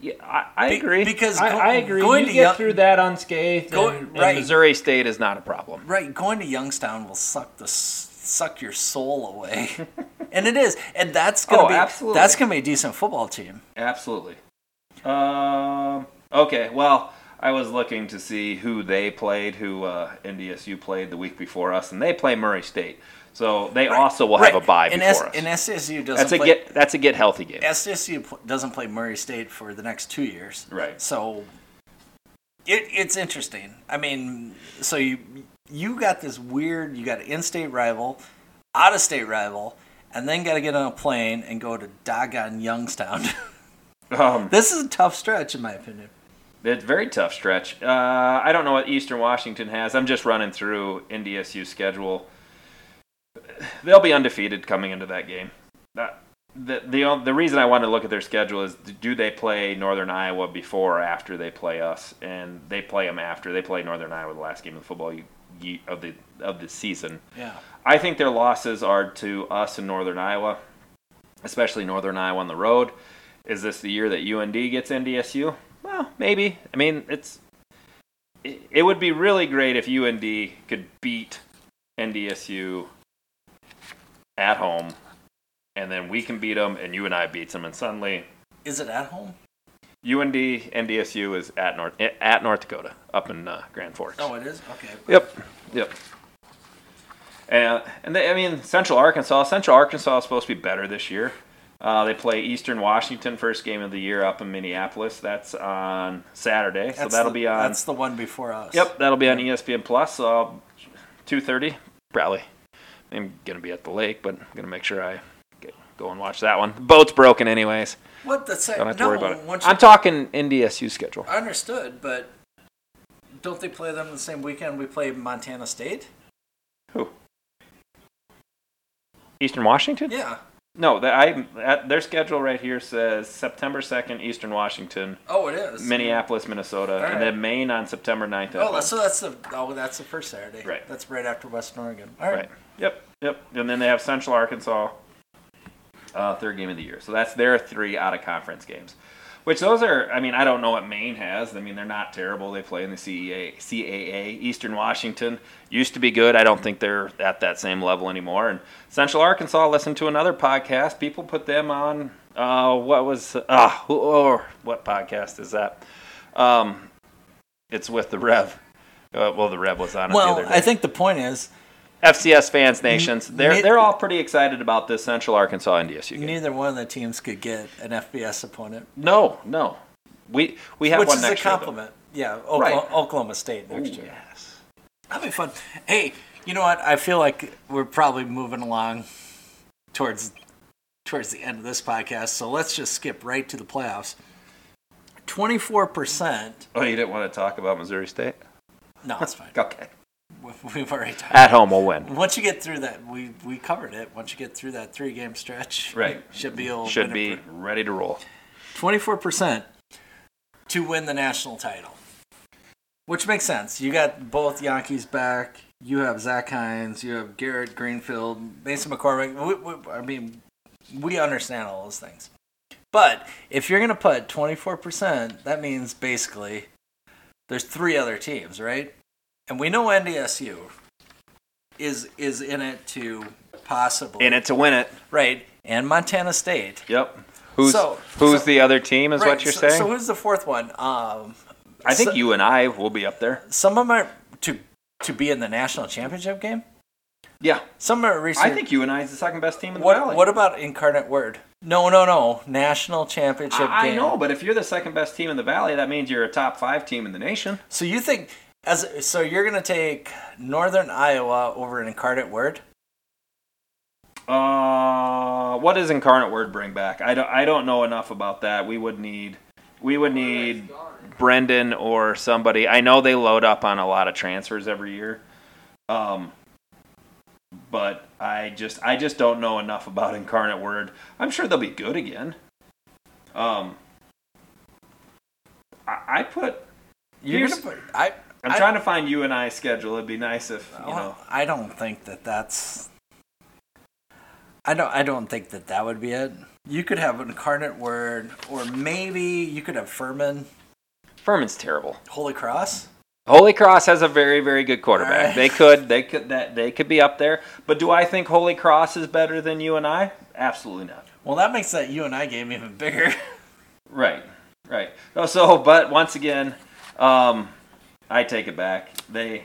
Speaker 1: Yeah, I, I
Speaker 2: Be-
Speaker 1: agree.
Speaker 2: because
Speaker 1: I,
Speaker 2: go-
Speaker 1: I agree.
Speaker 2: going
Speaker 1: you
Speaker 2: to
Speaker 1: get
Speaker 2: Young-
Speaker 1: through that unscathed,
Speaker 2: Go-
Speaker 1: and, and
Speaker 2: right.
Speaker 1: Missouri State is not a problem.
Speaker 2: Right, going to Youngstown will suck the s- suck your soul away. and it is. And that's going to
Speaker 1: Oh,
Speaker 2: be
Speaker 1: absolutely.
Speaker 2: that's going to be a decent football team.
Speaker 1: Absolutely. Um, okay, well, I was looking to see who they played, who uh, NDSU played the week before us, and they play Murray State. So they also will have
Speaker 2: Right,
Speaker 1: a bye
Speaker 2: and
Speaker 1: before
Speaker 2: S-
Speaker 1: us.
Speaker 2: And SSU doesn't
Speaker 1: that's a
Speaker 2: play
Speaker 1: get that's a get healthy game.
Speaker 2: SDSU pl- doesn't play Murray State for the next two years.
Speaker 1: Right.
Speaker 2: So it, it's interesting. I mean, so you you got this weird. You got an in-state rival, out-of-state rival, and then got to get on a plane and go to doggone Youngstown.
Speaker 1: Um,
Speaker 2: this is a tough stretch, in my opinion.
Speaker 1: It's a very tough stretch. Uh, I don't know what Eastern Washington has. I'm just running through NDSU's schedule. They'll be undefeated coming into that game. That, the, the, on- the reason I wanted to look at their schedule is do they play Northern Iowa before or after they play us? And they play them after. They play Northern Iowa the last game of the football ye- ye- of the of the season.
Speaker 2: Yeah.
Speaker 1: I think their losses are to us in Northern Iowa, especially Northern Iowa on the road. Is this the year that UND gets NDSU? Well, maybe. I mean, it's it, it would be really great if UND could beat NDSU at home, and then we can beat them, and you and I beats them, and suddenly
Speaker 2: Is it at home?
Speaker 1: UND NDSU is at North at North Dakota, up in uh, Grand Forks.
Speaker 2: Oh, it is. Okay.
Speaker 1: Yep. Yep. And, and they, I mean, Central Arkansas. Central Arkansas is supposed to be better this year. Uh, they play Eastern Washington first game of the year up in Minneapolis. That's on Saturday, so
Speaker 2: That's
Speaker 1: that'll
Speaker 2: the-
Speaker 1: be on.
Speaker 2: That's the one before us.
Speaker 1: Yep, that'll be on E ESPN Plus. So two thirty, probably. I'm gonna be at the lake, but I'm gonna make sure I get, go and watch that one. The boat's broken, anyways.
Speaker 2: What the sec-
Speaker 1: Don't have to
Speaker 2: no,
Speaker 1: worry about it.
Speaker 2: Once you- Uh,
Speaker 1: I'm talking NDSU schedule.
Speaker 2: I understood, but don't they play them the same weekend we play Montana State?
Speaker 1: Who? Eastern Washington.
Speaker 2: Yeah.
Speaker 1: No, the, I at, their schedule right here says September second, Eastern Washington,
Speaker 2: Oh, it is.
Speaker 1: Minneapolis, Minnesota,
Speaker 2: right.
Speaker 1: and then Maine on September 9th. at
Speaker 2: Oh,
Speaker 1: home.
Speaker 2: that's- so that's the oh, that's the first Saturday.
Speaker 1: Right.
Speaker 2: That's right after Western Oregon. All right.
Speaker 1: right. Yep, yep. And then they have Central Arkansas, uh, third game of the year. So that's their three out of conference games. Which those are, I mean, I don't know what Maine has. I mean, they're not terrible. They play in the CEA, CAA. Eastern Washington used to be good. I don't think they're at that same level anymore. And Central Arkansas, listen to another podcast. People put them on. Uh, what was uh, who, or what podcast is that? Um, it's with the Rev. Uh, well, the Rev was on it the other
Speaker 2: Well,
Speaker 1: day.
Speaker 2: I think the point is
Speaker 1: FCS fans nations. They're
Speaker 2: Mid-
Speaker 1: they're all pretty excited about this Central Arkansas NDSU game.
Speaker 2: neither one of the teams could get an FBS opponent,
Speaker 1: No, no, we we have
Speaker 2: which
Speaker 1: one
Speaker 2: is a
Speaker 1: next year, though.
Speaker 2: compliment. yeah, Oklahoma, Oklahoma State next
Speaker 1: Ooh,
Speaker 2: year.
Speaker 1: yes.
Speaker 2: That'd be fun. Hey, you know what? I feel like we're probably moving along towards towards the end of this podcast, so let's just skip right to the playoffs. Twenty four percent.
Speaker 1: Oh, you didn't want to talk about Missouri State?
Speaker 2: No, it's fine.
Speaker 1: Okay.
Speaker 2: We- We've already talked.
Speaker 1: At home, we'll win.
Speaker 2: Once you get through that, we we covered it. Once you get through that three game stretch,
Speaker 1: Right.
Speaker 2: should be able
Speaker 1: Should be ready to roll.
Speaker 2: twenty four percent to win the national title, which makes sense. You got both Yankees back. You have Zach Hines. You have Garrett Greenfield, Mason McCormick. We, we, I mean, we understand all those things. But if you're gonna put twenty four percent, that means basically there's three other teams, right? And we know NDSU is is in it to possibly
Speaker 1: In it to win it.
Speaker 2: right and Montana State.
Speaker 1: Yep. Who's
Speaker 2: So-
Speaker 1: who's
Speaker 2: so-
Speaker 1: the other team? Is
Speaker 2: Right,
Speaker 1: what you're
Speaker 2: so,
Speaker 1: saying?
Speaker 2: So who's the fourth one? Um,
Speaker 1: I think
Speaker 2: so-
Speaker 1: you and I will be up there.
Speaker 2: some of them are to to be in the national championship game.
Speaker 1: Yeah.
Speaker 2: Some are recent.
Speaker 1: I think you and I is the second best team in the
Speaker 2: What
Speaker 1: valley.
Speaker 2: what about Incarnate Word? No, no, no. National championship
Speaker 1: I, I
Speaker 2: game.
Speaker 1: know, but if you're the second best team in the valley, that means you're a top five team in the nation.
Speaker 2: So you think as so you're gonna take Northern Iowa over an Incarnate Word?
Speaker 1: Uh, what does incarnate word bring back? I don't. I don't know enough about that. We would need. We would need Brendan or somebody. I know they load up on a lot of transfers every year. Um, but I just I just don't know enough about incarnate word. I'm sure they'll be good again. Um, I, I put
Speaker 2: You're
Speaker 1: Here's-
Speaker 2: gonna put I
Speaker 1: I'm
Speaker 2: I-
Speaker 1: trying to find you and I schedule. It'd be nice if you know.
Speaker 2: I don't think that that's. I don't. I don't think that that would be it. You could have Incarnate Word, or maybe you could have Furman,
Speaker 1: Furman's terrible.
Speaker 2: Holy Cross.
Speaker 1: Holy Cross has a very, very good quarterback.
Speaker 2: right.
Speaker 1: They could, they could, that they could be up there. But do I think Holy Cross is better than you and I? Absolutely not.
Speaker 2: Well, that makes that you and I game even bigger.
Speaker 1: Right, right. No, so, but once again, um, I take it back. They,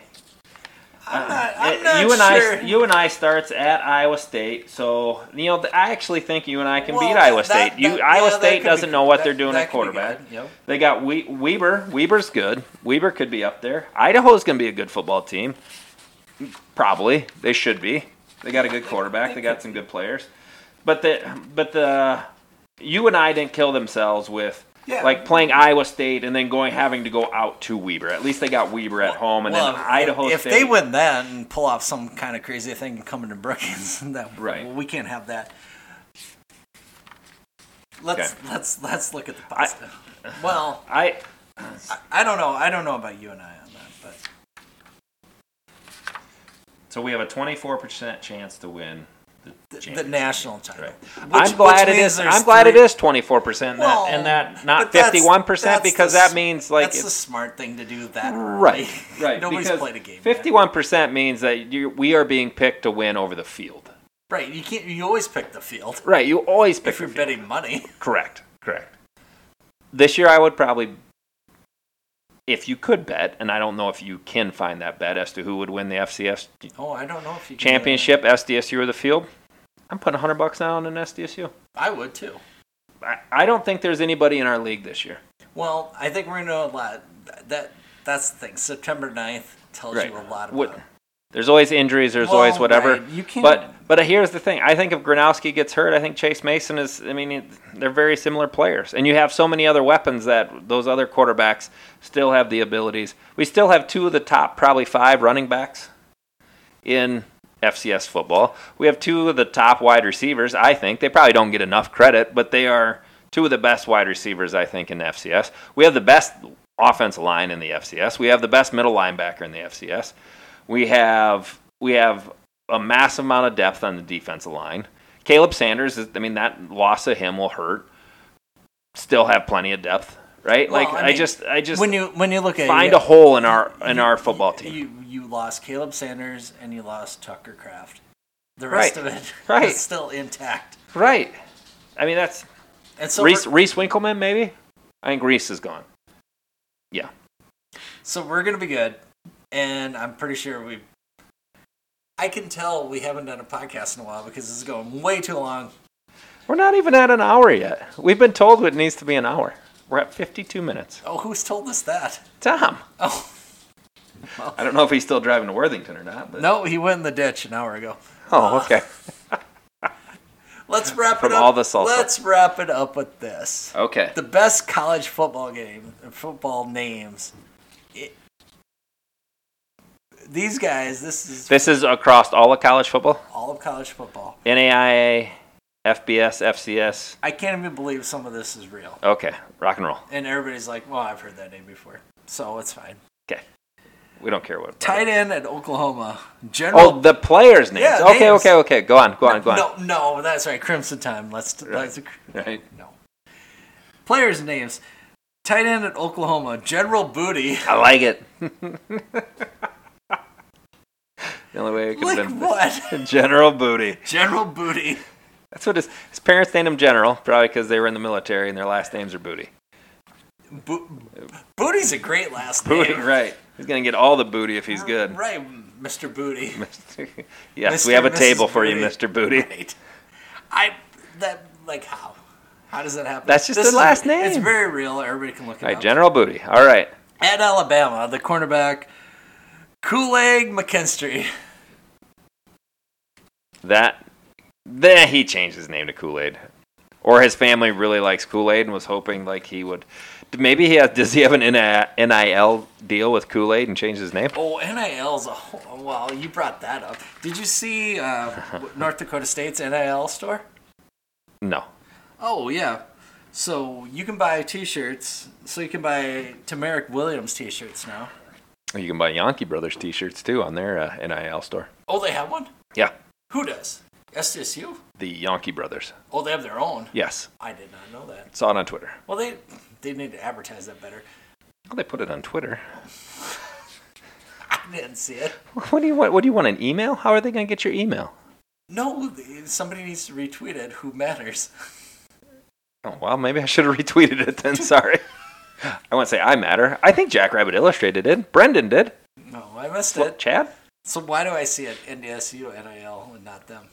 Speaker 2: I'm
Speaker 1: Uh,
Speaker 2: not, I'm not
Speaker 1: you and
Speaker 2: sure.
Speaker 1: I, you and I starts at Iowa State. So you know, th- I actually think you and I can
Speaker 2: Well,
Speaker 1: beat Iowa
Speaker 2: that-
Speaker 1: State.
Speaker 2: that-
Speaker 1: you,
Speaker 2: yeah,
Speaker 1: Iowa
Speaker 2: that
Speaker 1: State
Speaker 2: could
Speaker 1: doesn't
Speaker 2: be-
Speaker 1: know what
Speaker 2: that-
Speaker 1: they're doing
Speaker 2: that
Speaker 1: at
Speaker 2: could be good,
Speaker 1: quarterback.
Speaker 2: yep.
Speaker 1: They got we- Weber. Weber's good. Weber could be up there. Idaho's going to be a good football team. Probably they should be. They got a good quarterback. They got some good players. But the but the you and I didn't kill themselves with
Speaker 2: Yeah.
Speaker 1: like playing Iowa State and then going having to go out to Weber. At least they got Weber at home and
Speaker 2: Well,
Speaker 1: then Idaho
Speaker 2: if
Speaker 1: State.
Speaker 2: they win that and pull off some kind of crazy thing coming to Brookings, that
Speaker 1: Right.
Speaker 2: we can't have that. Let's let's let's look at the positive. well,
Speaker 1: I
Speaker 2: I don't know. I don't know about you and I on that, but
Speaker 1: So we have a 24% chance to win the
Speaker 2: the
Speaker 1: championship.
Speaker 2: national title.
Speaker 1: Right.
Speaker 2: Which-
Speaker 1: I'm glad
Speaker 2: which
Speaker 1: it
Speaker 2: means
Speaker 1: is.
Speaker 2: there's
Speaker 1: I'm glad it
Speaker 2: three-
Speaker 1: is 24%, and
Speaker 2: Well,
Speaker 1: that, and that not
Speaker 2: but that's-
Speaker 1: 51%
Speaker 2: that's the
Speaker 1: because
Speaker 2: s-
Speaker 1: that means like
Speaker 2: that's the
Speaker 1: it's
Speaker 2: smart thing to do. That
Speaker 1: right,
Speaker 2: early.
Speaker 1: right.
Speaker 2: Nobody's
Speaker 1: because
Speaker 2: played a game. yet.
Speaker 1: 51% means that you, we are being picked to win over the field.
Speaker 2: Right. You can't. You always pick the field
Speaker 1: Right, you always pick
Speaker 2: if you're
Speaker 1: the field.
Speaker 2: betting money.
Speaker 1: Correct, correct. This year, I would probably, if you could bet, and I don't know if you can find that bet as to who would win the FCS
Speaker 2: Oh, I don't know if you can do that.
Speaker 1: championship, SDSU or the field. I'm putting 100 bucks down on SDSU.
Speaker 2: I would too.
Speaker 1: I, I don't think there's anybody in our league this year.
Speaker 2: Well, I think we're gonna know a lot. That that's the thing. September 9th tells
Speaker 1: Right.
Speaker 2: you a lot about.
Speaker 1: What- There's always injuries. There's always
Speaker 2: Well,
Speaker 1: whatever.
Speaker 2: right, you can't-
Speaker 1: But but here's the thing. I think if Gronowski gets hurt, I think Chase Mason is. I mean, it- they're very similar players, and you have so many other weapons that those other quarterbacks still have the abilities. We still have two of the top, probably five running backs in FCS football. We have two of the top wide receivers. I think they probably don't get enough credit, but they are two of the best wide receivers I think in FCS. We have the best offensive line in the FCS. We have the best middle linebacker in the FCS. We have we have a massive amount of depth on the defensive line. Caleb Sanders, is, I mean, that loss of him will hurt. Still have plenty of depth, right?
Speaker 2: Well,
Speaker 1: like
Speaker 2: I
Speaker 1: I,
Speaker 2: mean,
Speaker 1: just, I just
Speaker 2: when you when you look at
Speaker 1: find
Speaker 2: you-
Speaker 1: a hole in our in our football team.
Speaker 2: You you lost Caleb Sanders and you lost Tucker Craft. The rest
Speaker 1: Right.
Speaker 2: of it is
Speaker 1: Right.
Speaker 2: still intact.
Speaker 1: right. I mean, that's
Speaker 2: And so
Speaker 1: Reese
Speaker 2: we're,
Speaker 1: Reese Winkleman, maybe. I think Reese is gone. Yeah,
Speaker 2: so we're gonna be good. And I'm pretty sure we. I can tell we haven't done a podcast in a while because this is going way too long.
Speaker 1: we're not even at an hour yet. We've been told it needs to be an hour. We're at 52 minutes.
Speaker 2: Oh, who's told us that?
Speaker 1: Tom,
Speaker 2: Oh
Speaker 1: I don't know if he's still driving to Worthington or not. But
Speaker 2: no, he went in the ditch an hour ago.
Speaker 1: oh, okay,
Speaker 2: Let's wrap
Speaker 1: From
Speaker 2: it up.
Speaker 1: all the salsa.
Speaker 2: Let's wrap it up with this.
Speaker 1: okay.
Speaker 2: The best college football game, football names. It- these guys, this is
Speaker 1: This is across all of college football:
Speaker 2: all of college football.
Speaker 1: NAIA, FBS, FCS.
Speaker 2: I can't even believe some of this is real.
Speaker 1: Okay, rock and roll.
Speaker 2: And everybody's like, well, I've heard that name before. So it's fine.
Speaker 1: Okay, we don't care what.
Speaker 2: Tight end at Oklahoma. General.
Speaker 1: Oh, the players' names.
Speaker 2: Yeah,
Speaker 1: okay,
Speaker 2: names.
Speaker 1: okay, okay. Go on, go on, go on.
Speaker 2: no, no, that's right. Crimson time. Let's. let's
Speaker 1: Right.
Speaker 2: No. Players' names. Tight end at Oklahoma. General Booty.
Speaker 1: I like it. the only way it could
Speaker 2: Like
Speaker 1: have been
Speaker 2: what?
Speaker 1: General Booty.
Speaker 2: General Booty.
Speaker 1: That's what his, his parents named him General, probably because they were in the military and their last names are Booty.
Speaker 2: Bo- Booty's a great last
Speaker 1: Booty,
Speaker 2: name.
Speaker 1: right. He's going to get all the booty if he's good.
Speaker 2: Right, Mr. Booty.
Speaker 1: yes,
Speaker 2: Mr.
Speaker 1: we have a
Speaker 2: and
Speaker 1: table
Speaker 2: Mrs.
Speaker 1: for you,
Speaker 2: Booty.
Speaker 1: Mr. Booty.
Speaker 2: Right. I that like how? How does that happen?
Speaker 1: That's just
Speaker 2: This
Speaker 1: the
Speaker 2: is-
Speaker 1: last name.
Speaker 2: It's very real. Everybody can look it
Speaker 1: All right,
Speaker 2: up.
Speaker 1: General Booty. All right.
Speaker 2: At Alabama, the cornerback Kool-Aid McKinstry.
Speaker 1: That, then he changed his name to Kool Aid. Or his family really likes Kool Aid and was hoping like he would. Maybe he has. Does he have an NIL deal with Kool Aid and change his name?
Speaker 2: Oh, NIL's a whole, well. You brought that up. Did you see uh, North Dakota State's NIL store?
Speaker 1: No.
Speaker 2: Oh yeah. So you can buy T-shirts. So you can buy Tamaric Williams T-shirts now.
Speaker 1: You can buy Yankee Brothers T-shirts too on their uh, NIL store.
Speaker 2: Oh, they have one?
Speaker 1: Yeah,
Speaker 2: Who does? SDSU?
Speaker 1: the Yankee Brothers.
Speaker 2: Oh, they have their own.
Speaker 1: Yes,
Speaker 2: I did not know that.
Speaker 1: saw it on Twitter.
Speaker 2: Well, they they need to advertise that better.
Speaker 1: Well, they put it on Twitter.
Speaker 2: I didn't see it.
Speaker 1: What do you want? What do you want? An email? How are they going to get your email?
Speaker 2: No, the- somebody needs to retweet it. Who matters?
Speaker 1: Oh well, maybe I should have retweeted it then. Sorry. I won't say I matter. I think Jackrabbit Illustrated did. Brendan did.
Speaker 2: No, I missed
Speaker 1: Well,
Speaker 2: it.
Speaker 1: Chad?
Speaker 2: So why do I see it NDSU NIL and not them?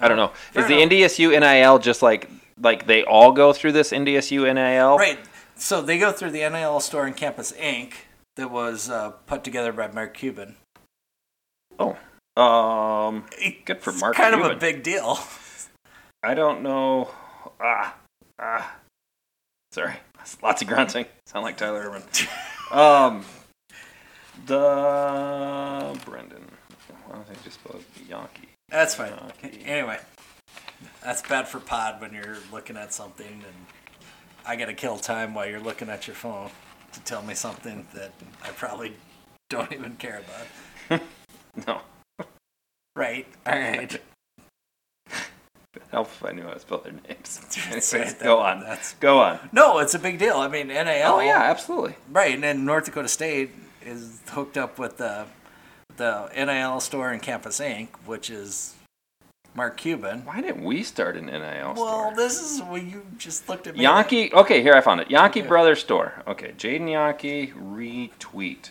Speaker 1: I don't know.
Speaker 2: Fair
Speaker 1: Is
Speaker 2: enough.
Speaker 1: the NDSU NIL just like like they all go through this NDSU NIL?
Speaker 2: Right. So they go through the NIL store in Campus Inc. that was uh, put together by Mark Cuban.
Speaker 1: Oh, um, Good for
Speaker 2: It's
Speaker 1: Mark
Speaker 2: Kind of a
Speaker 1: Cuban.
Speaker 2: big deal.
Speaker 1: I don't know. Ah, ah. Sorry, That's lots of grunting. Sound like Tyler Irwin. um, the Brendan. Why don't they just spell it Yankee?
Speaker 2: That's fine.
Speaker 1: Okay.
Speaker 2: Anyway, that's bad for pod when you're looking at something and I got to kill time while you're looking at your phone to tell me something that I probably don't even care about.
Speaker 1: No,
Speaker 2: Right. All right.
Speaker 1: help if I knew how to spell their names. Anyways,
Speaker 2: That's right,
Speaker 1: go
Speaker 2: that-
Speaker 1: on.
Speaker 2: that's-
Speaker 1: go on.
Speaker 2: No, it's a big deal. I mean, NIL.
Speaker 1: Oh yeah, absolutely.
Speaker 2: Right, and then North Dakota State is hooked up with the the NIL store in Campus Inc., which is Mark Cuban.
Speaker 1: Why didn't we start an NIL
Speaker 2: Well,
Speaker 1: store?
Speaker 2: this is what you just looked at me.
Speaker 1: Yankee. Okay, here I found it. Yankee
Speaker 2: Okay.
Speaker 1: Brothers Store. Okay, Jaden Yankee retweet,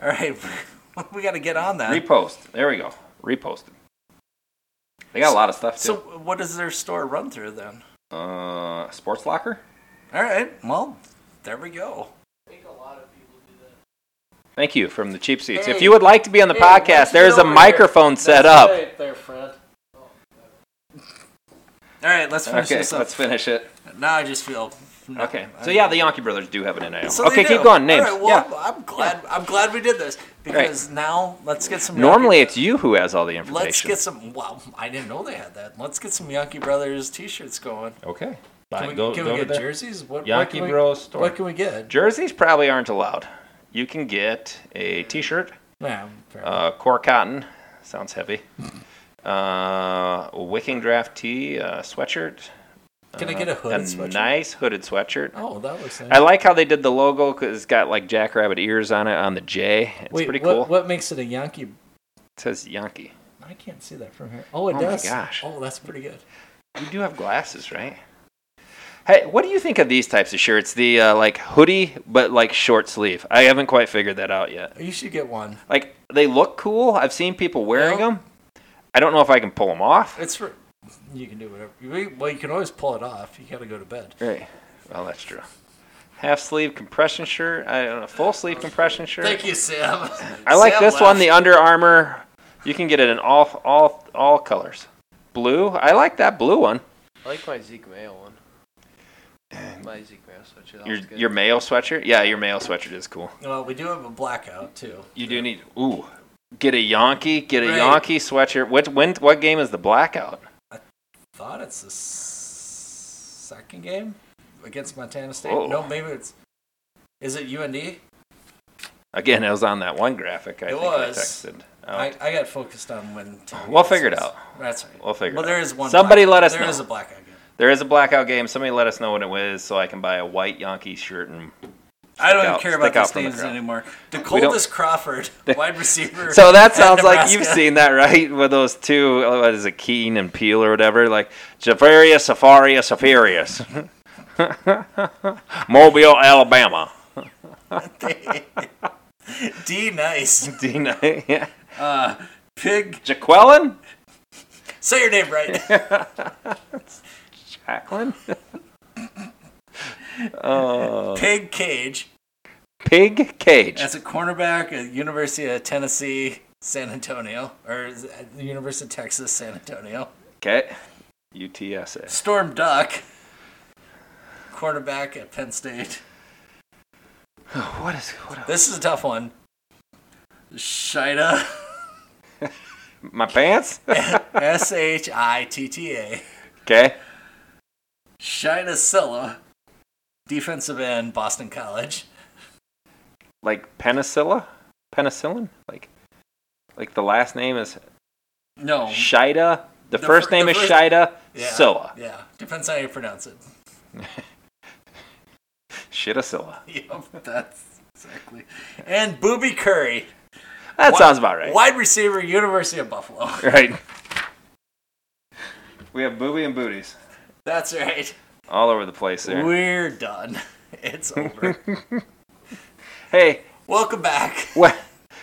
Speaker 2: All right, we got to get on that.
Speaker 1: repost. There we go. Reposted. They got a lot of stuff too.
Speaker 2: so, what does their store run through then?
Speaker 1: Uh, Sports Locker.
Speaker 2: All right, well, there we go.
Speaker 1: Thank you from the cheap seats. If
Speaker 3: Hey.
Speaker 1: you would like to be on the
Speaker 3: Hey, why don't
Speaker 1: podcast,
Speaker 3: you
Speaker 1: there's
Speaker 3: get
Speaker 1: a
Speaker 3: over here?
Speaker 1: microphone set
Speaker 3: That's
Speaker 1: up.
Speaker 3: right there, Fred.
Speaker 2: All right, let's finish
Speaker 1: Okay,
Speaker 2: this up.
Speaker 1: let's finish it.
Speaker 2: Now I just feel
Speaker 1: Okay, so yeah, the Yankee brothers do have an NIL.
Speaker 2: So they
Speaker 1: okay, keep
Speaker 2: do.
Speaker 1: going. Names.
Speaker 2: All right, well,
Speaker 1: yeah.
Speaker 2: I'm glad. I'm glad we did this because now let's get some.
Speaker 1: Normally, it's you who has all the information.
Speaker 2: Let's get some. Wow, I didn't know they had that. Let's get some Yankee Brothers T-shirts going.
Speaker 1: okay.
Speaker 2: Can we, can we get jerseys? What, what
Speaker 1: Yankee
Speaker 2: can we-
Speaker 1: Bros store.
Speaker 2: What can we get?
Speaker 1: Jerseys probably aren't allowed. You can get a T-shirt,
Speaker 2: Nah,
Speaker 1: uh, core cotton. Sounds heavy. Uh, wicking draft tee, uh, sweatshirt.
Speaker 2: can I
Speaker 1: Uh,
Speaker 2: get a hooded
Speaker 1: a
Speaker 2: sweatshirt?
Speaker 1: nice hooded sweatshirt.
Speaker 2: Oh, that looks nice.
Speaker 1: I like how they did the logo because it's got like jackrabbit ears on it on the J. It's
Speaker 3: Wait,
Speaker 1: pretty
Speaker 3: what,
Speaker 1: cool.
Speaker 3: what makes it a Yankee?
Speaker 1: It says Yankee.
Speaker 3: I can't see that from here. Oh, it
Speaker 1: Oh my
Speaker 3: does.
Speaker 1: gosh.
Speaker 3: Oh, that's pretty good.
Speaker 1: You do have glasses, right? Hey, what do you think of these types of shirts? The uh, like hoodie, but like short sleeve. I haven't quite figured that out yet.
Speaker 2: you should get one.
Speaker 1: Like they look cool. I've seen people wearing
Speaker 2: Yeah.
Speaker 1: them. I don't know if I can pull them off.
Speaker 2: It's for. You can do whatever. You- Well, you can always pull it off. You gotta go to bed.
Speaker 1: Right. Well, that's true. Half sleeve compression shirt. I don't know. Full sleeve compression shirt.
Speaker 2: Thank you, Sam.
Speaker 1: I like
Speaker 2: Sam
Speaker 1: this one, the
Speaker 2: left.
Speaker 1: Under Armour. You can get it in all all all colors. Blue. I like that blue one.
Speaker 3: I like my Zeke Mayo one. My Zeke Mayo sweatshirt.
Speaker 1: Your your mayo sweatshirt. Yeah, your mayo sweatshirt is cool.
Speaker 2: Well, we do have a blackout too.
Speaker 1: You do need ooh. Get a Yankee, get a
Speaker 2: Right.
Speaker 1: Yankee sweatshirt. What when what game is the blackout?
Speaker 2: Thought it's the s- second game against Montana State.
Speaker 1: Whoa.
Speaker 2: No, maybe it's. Is it UND?
Speaker 1: Again, it was on that one graphic I
Speaker 2: It
Speaker 1: think
Speaker 2: was.
Speaker 1: I texted. out.
Speaker 2: I, I got focused on when. Terry
Speaker 1: We'll
Speaker 2: gets
Speaker 1: figure it
Speaker 2: this.
Speaker 1: out.
Speaker 2: That's right.
Speaker 1: We'll figure
Speaker 2: Well,
Speaker 1: it
Speaker 2: there
Speaker 1: out.
Speaker 2: is one.
Speaker 1: Somebody let us
Speaker 2: there
Speaker 1: know.
Speaker 2: is a blackout game.
Speaker 1: there is a blackout game. Somebody let us know when it is so I can buy a white Yankee shirt and
Speaker 2: I don't even
Speaker 1: out-
Speaker 2: care about
Speaker 1: stick out from
Speaker 2: these
Speaker 1: the
Speaker 2: names
Speaker 1: crowd.
Speaker 2: anymore.
Speaker 1: don't-
Speaker 2: Dakota's Crawford, wide receiver.
Speaker 1: So that
Speaker 2: at
Speaker 1: sounds like you've
Speaker 2: Nebraska.
Speaker 1: seen that, right? With those two, uh, what is it, Keen and Peel or whatever? Like, Jafarius, Safarius, Safarius. Mobile, Alabama.
Speaker 2: D nice.
Speaker 1: Dina. Yeah. Uh,
Speaker 2: Pig.
Speaker 1: Jaquelin?
Speaker 2: Say your name right.
Speaker 1: Jacqueline?
Speaker 2: Pig Cage.
Speaker 1: Pig Cage.
Speaker 2: As a cornerback at University of Tennessee, San Antonio, or is it at the University of Texas, San Antonio.
Speaker 1: Okay. UTSA.
Speaker 2: Storm Duck. Cornerback at Penn State.
Speaker 1: What is. What a-
Speaker 2: This is a tough one. Shida.
Speaker 1: my pants?
Speaker 2: S H I T T A.
Speaker 1: Okay.
Speaker 2: Shina Silla, defensive end, Boston College.
Speaker 1: Like penicilla? penicillin? Like, like the last name is
Speaker 2: No.
Speaker 1: Shida. The,
Speaker 2: The
Speaker 1: first
Speaker 2: fir-
Speaker 1: name
Speaker 2: the
Speaker 1: is
Speaker 2: first-
Speaker 1: Shida.
Speaker 2: Yeah.
Speaker 1: Scylla.
Speaker 2: Yeah. Depends how you pronounce it.
Speaker 1: Shida Scylla.
Speaker 2: Yep, that's exactly. And Booby Curry,
Speaker 1: That
Speaker 2: Why-
Speaker 1: sounds about right.
Speaker 2: wide receiver, University of Buffalo.
Speaker 1: Right. We have booby and booties
Speaker 2: That's right.
Speaker 1: all over the place there.
Speaker 2: We're done. It's over.
Speaker 1: hey,
Speaker 2: Welcome back.
Speaker 1: Well,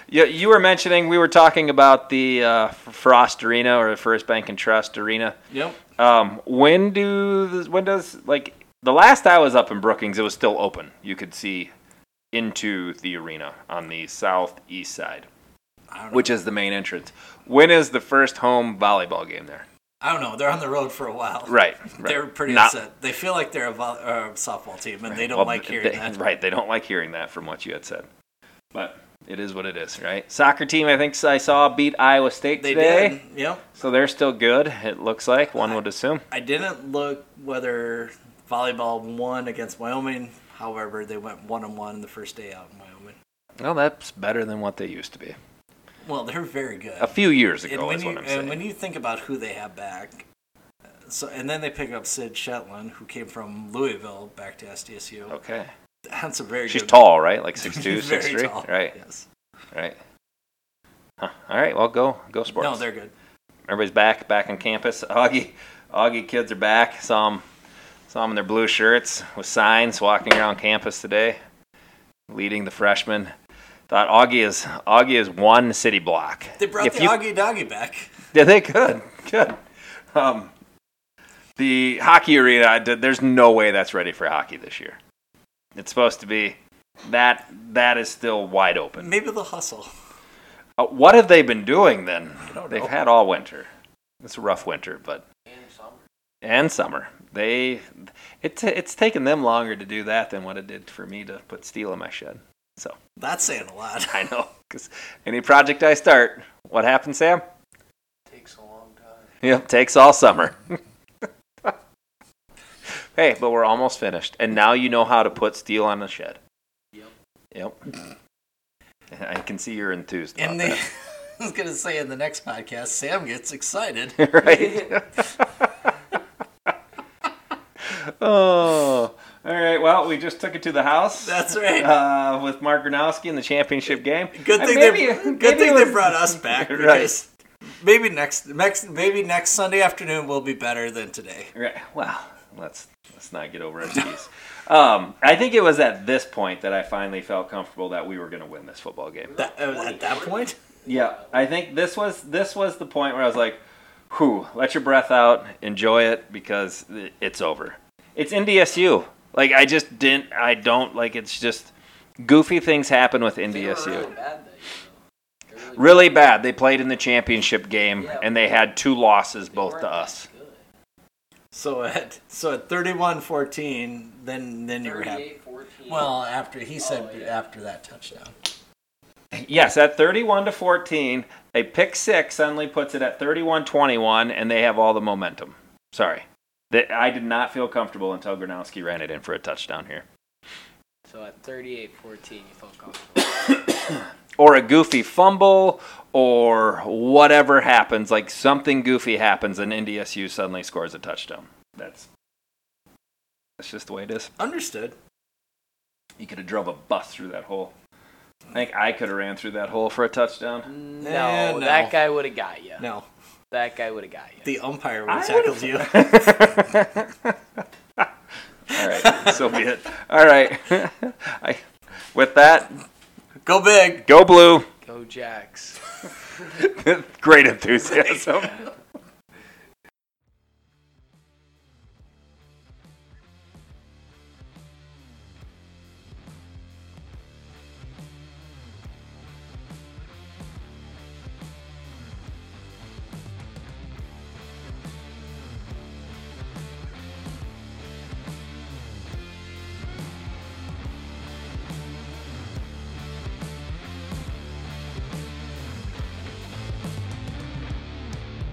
Speaker 1: you, you were mentioning we were talking about the uh, Frost Arena or the First Bank and Trust Arena.
Speaker 2: Yep.
Speaker 1: Um, when do when does like the last I was up in Brookings, it was still open. You could see into the arena on the southeast side,
Speaker 2: I don't know.
Speaker 1: which is the main entrance. When is the first home volleyball game there?
Speaker 2: I don't know. They're on the road for a while.
Speaker 1: Right, right.
Speaker 2: They're pretty
Speaker 1: Not-
Speaker 2: upset. They feel like they're a vo- uh, softball team, and they don't
Speaker 1: Well,
Speaker 2: like hearing
Speaker 1: they-
Speaker 2: that.
Speaker 1: Right, they don't like hearing that from what you had said. But it is what it is, right? Soccer team, I think I saw beat Iowa State
Speaker 2: They
Speaker 1: today.
Speaker 2: did. Yep.
Speaker 1: So they're still good, it looks like, one would assume.
Speaker 2: I didn't look whether volleyball won against Wyoming. However, they went one on one the first day out in Wyoming.
Speaker 1: Well, that's better than what they used to be.
Speaker 2: Well, they're very good.
Speaker 1: A few years ago,
Speaker 2: and when
Speaker 1: is
Speaker 2: you
Speaker 1: what I'm
Speaker 2: and
Speaker 1: saying.
Speaker 2: when you think about who they have back, uh, so and then they pick up Sid Shetland, who came from Louisville back to SDSU.
Speaker 1: okay.
Speaker 2: That's a very
Speaker 1: Oh. She's
Speaker 2: good-
Speaker 1: tall, right? Like 6'2",
Speaker 2: Very
Speaker 1: 6'3"?
Speaker 2: tall,
Speaker 1: Right,
Speaker 2: Yes.
Speaker 1: right. Huh. All right, well, go go sports.
Speaker 2: No, they're good.
Speaker 1: Everybody's back, back on campus. Augie, Augie kids are back. Saw them, in their blue shirts with signs walking around campus today, leading the freshmen. Thought Augie is Augie is one city block.
Speaker 2: They brought
Speaker 1: If
Speaker 2: the
Speaker 1: you-
Speaker 2: Augie Doggy back.
Speaker 1: Yeah, they could. Good. Um, the hockey arena, I did- there's no way that's ready for hockey this year. It's supposed to be that that is still wide open.
Speaker 2: Maybe they'll hustle.
Speaker 1: Uh, what have they been doing then?
Speaker 2: don't
Speaker 1: They've
Speaker 2: know.
Speaker 1: had all winter. It's a rough winter, but
Speaker 3: And summer.
Speaker 1: and summer. They it's it's taken them longer to do that than what it did for me to put steel in my shed. So
Speaker 2: That's saying a lot.
Speaker 1: I know because any project I start, what happens, Sam?
Speaker 3: Takes a long time.
Speaker 1: Yep, takes all summer. hey, but we're almost finished, and now you know how to put steel on a shed.
Speaker 3: Yep.
Speaker 1: Yep. I can see you're enthused.
Speaker 2: In
Speaker 1: about
Speaker 2: the, I was gonna say in the next podcast, Sam gets excited.
Speaker 1: that. right. oh, all right. Well, we just took it to the house.
Speaker 2: That's right.
Speaker 1: Uh, with Mark Gronowski in the championship game.
Speaker 2: Good
Speaker 1: And
Speaker 2: thing
Speaker 1: maybe-
Speaker 2: they
Speaker 1: maybe
Speaker 2: good
Speaker 1: it
Speaker 2: thing they
Speaker 1: was-
Speaker 2: brought us back
Speaker 1: Right.
Speaker 2: because maybe next next maybe next Sunday afternoon will be better than today.
Speaker 1: Right. Well, let's let's not get over our skis. um, I think it was at this point that I finally felt comfortable that we were going to win this football game.
Speaker 2: That, uh, at that point,
Speaker 1: Yeah, I think this was this was the point where I was like, "Whew, let your breath out, enjoy it because i- it's over." It's NDSU. Like I just didn't. I don't like. It's just goofy things happen with
Speaker 3: They were really
Speaker 1: NDSU.
Speaker 3: bad that year, though. They really-
Speaker 1: Really bad. They played in the championship game
Speaker 3: Yeah.
Speaker 1: and they had two losses
Speaker 3: they
Speaker 1: both
Speaker 3: weren't
Speaker 1: to
Speaker 3: that
Speaker 1: us.
Speaker 3: good.
Speaker 2: so at so at 31-14, then then you were happy.
Speaker 3: 38, 14.
Speaker 2: Well, after he said
Speaker 3: Oh, yeah.
Speaker 2: after that touchdown,
Speaker 1: Yes, at 31 to 14, a pick six suddenly puts it at 31 21, and they have all the momentum. Sorry. That I did not feel comfortable until Gronowski ran it in for a touchdown here.
Speaker 3: So at 38, 14, you felt comfortable.
Speaker 1: Or a goofy fumble, or whatever happens. Like something goofy happens, and NDSU suddenly scores a touchdown. That's, that's just the way it is.
Speaker 2: understood.
Speaker 1: You could have drove a bus through that hole. I think I could have ran through that hole for a touchdown.
Speaker 3: no,
Speaker 2: Eh, no.
Speaker 3: that guy would have got you.
Speaker 2: No,
Speaker 3: That guy would have got you.
Speaker 2: the umpire
Speaker 1: I
Speaker 2: would have
Speaker 1: would've-
Speaker 2: tackled you.
Speaker 1: All right, so be it. All right. I, with that,
Speaker 2: Go big.
Speaker 1: go blue.
Speaker 3: Go Jacks.
Speaker 1: Great enthusiasm.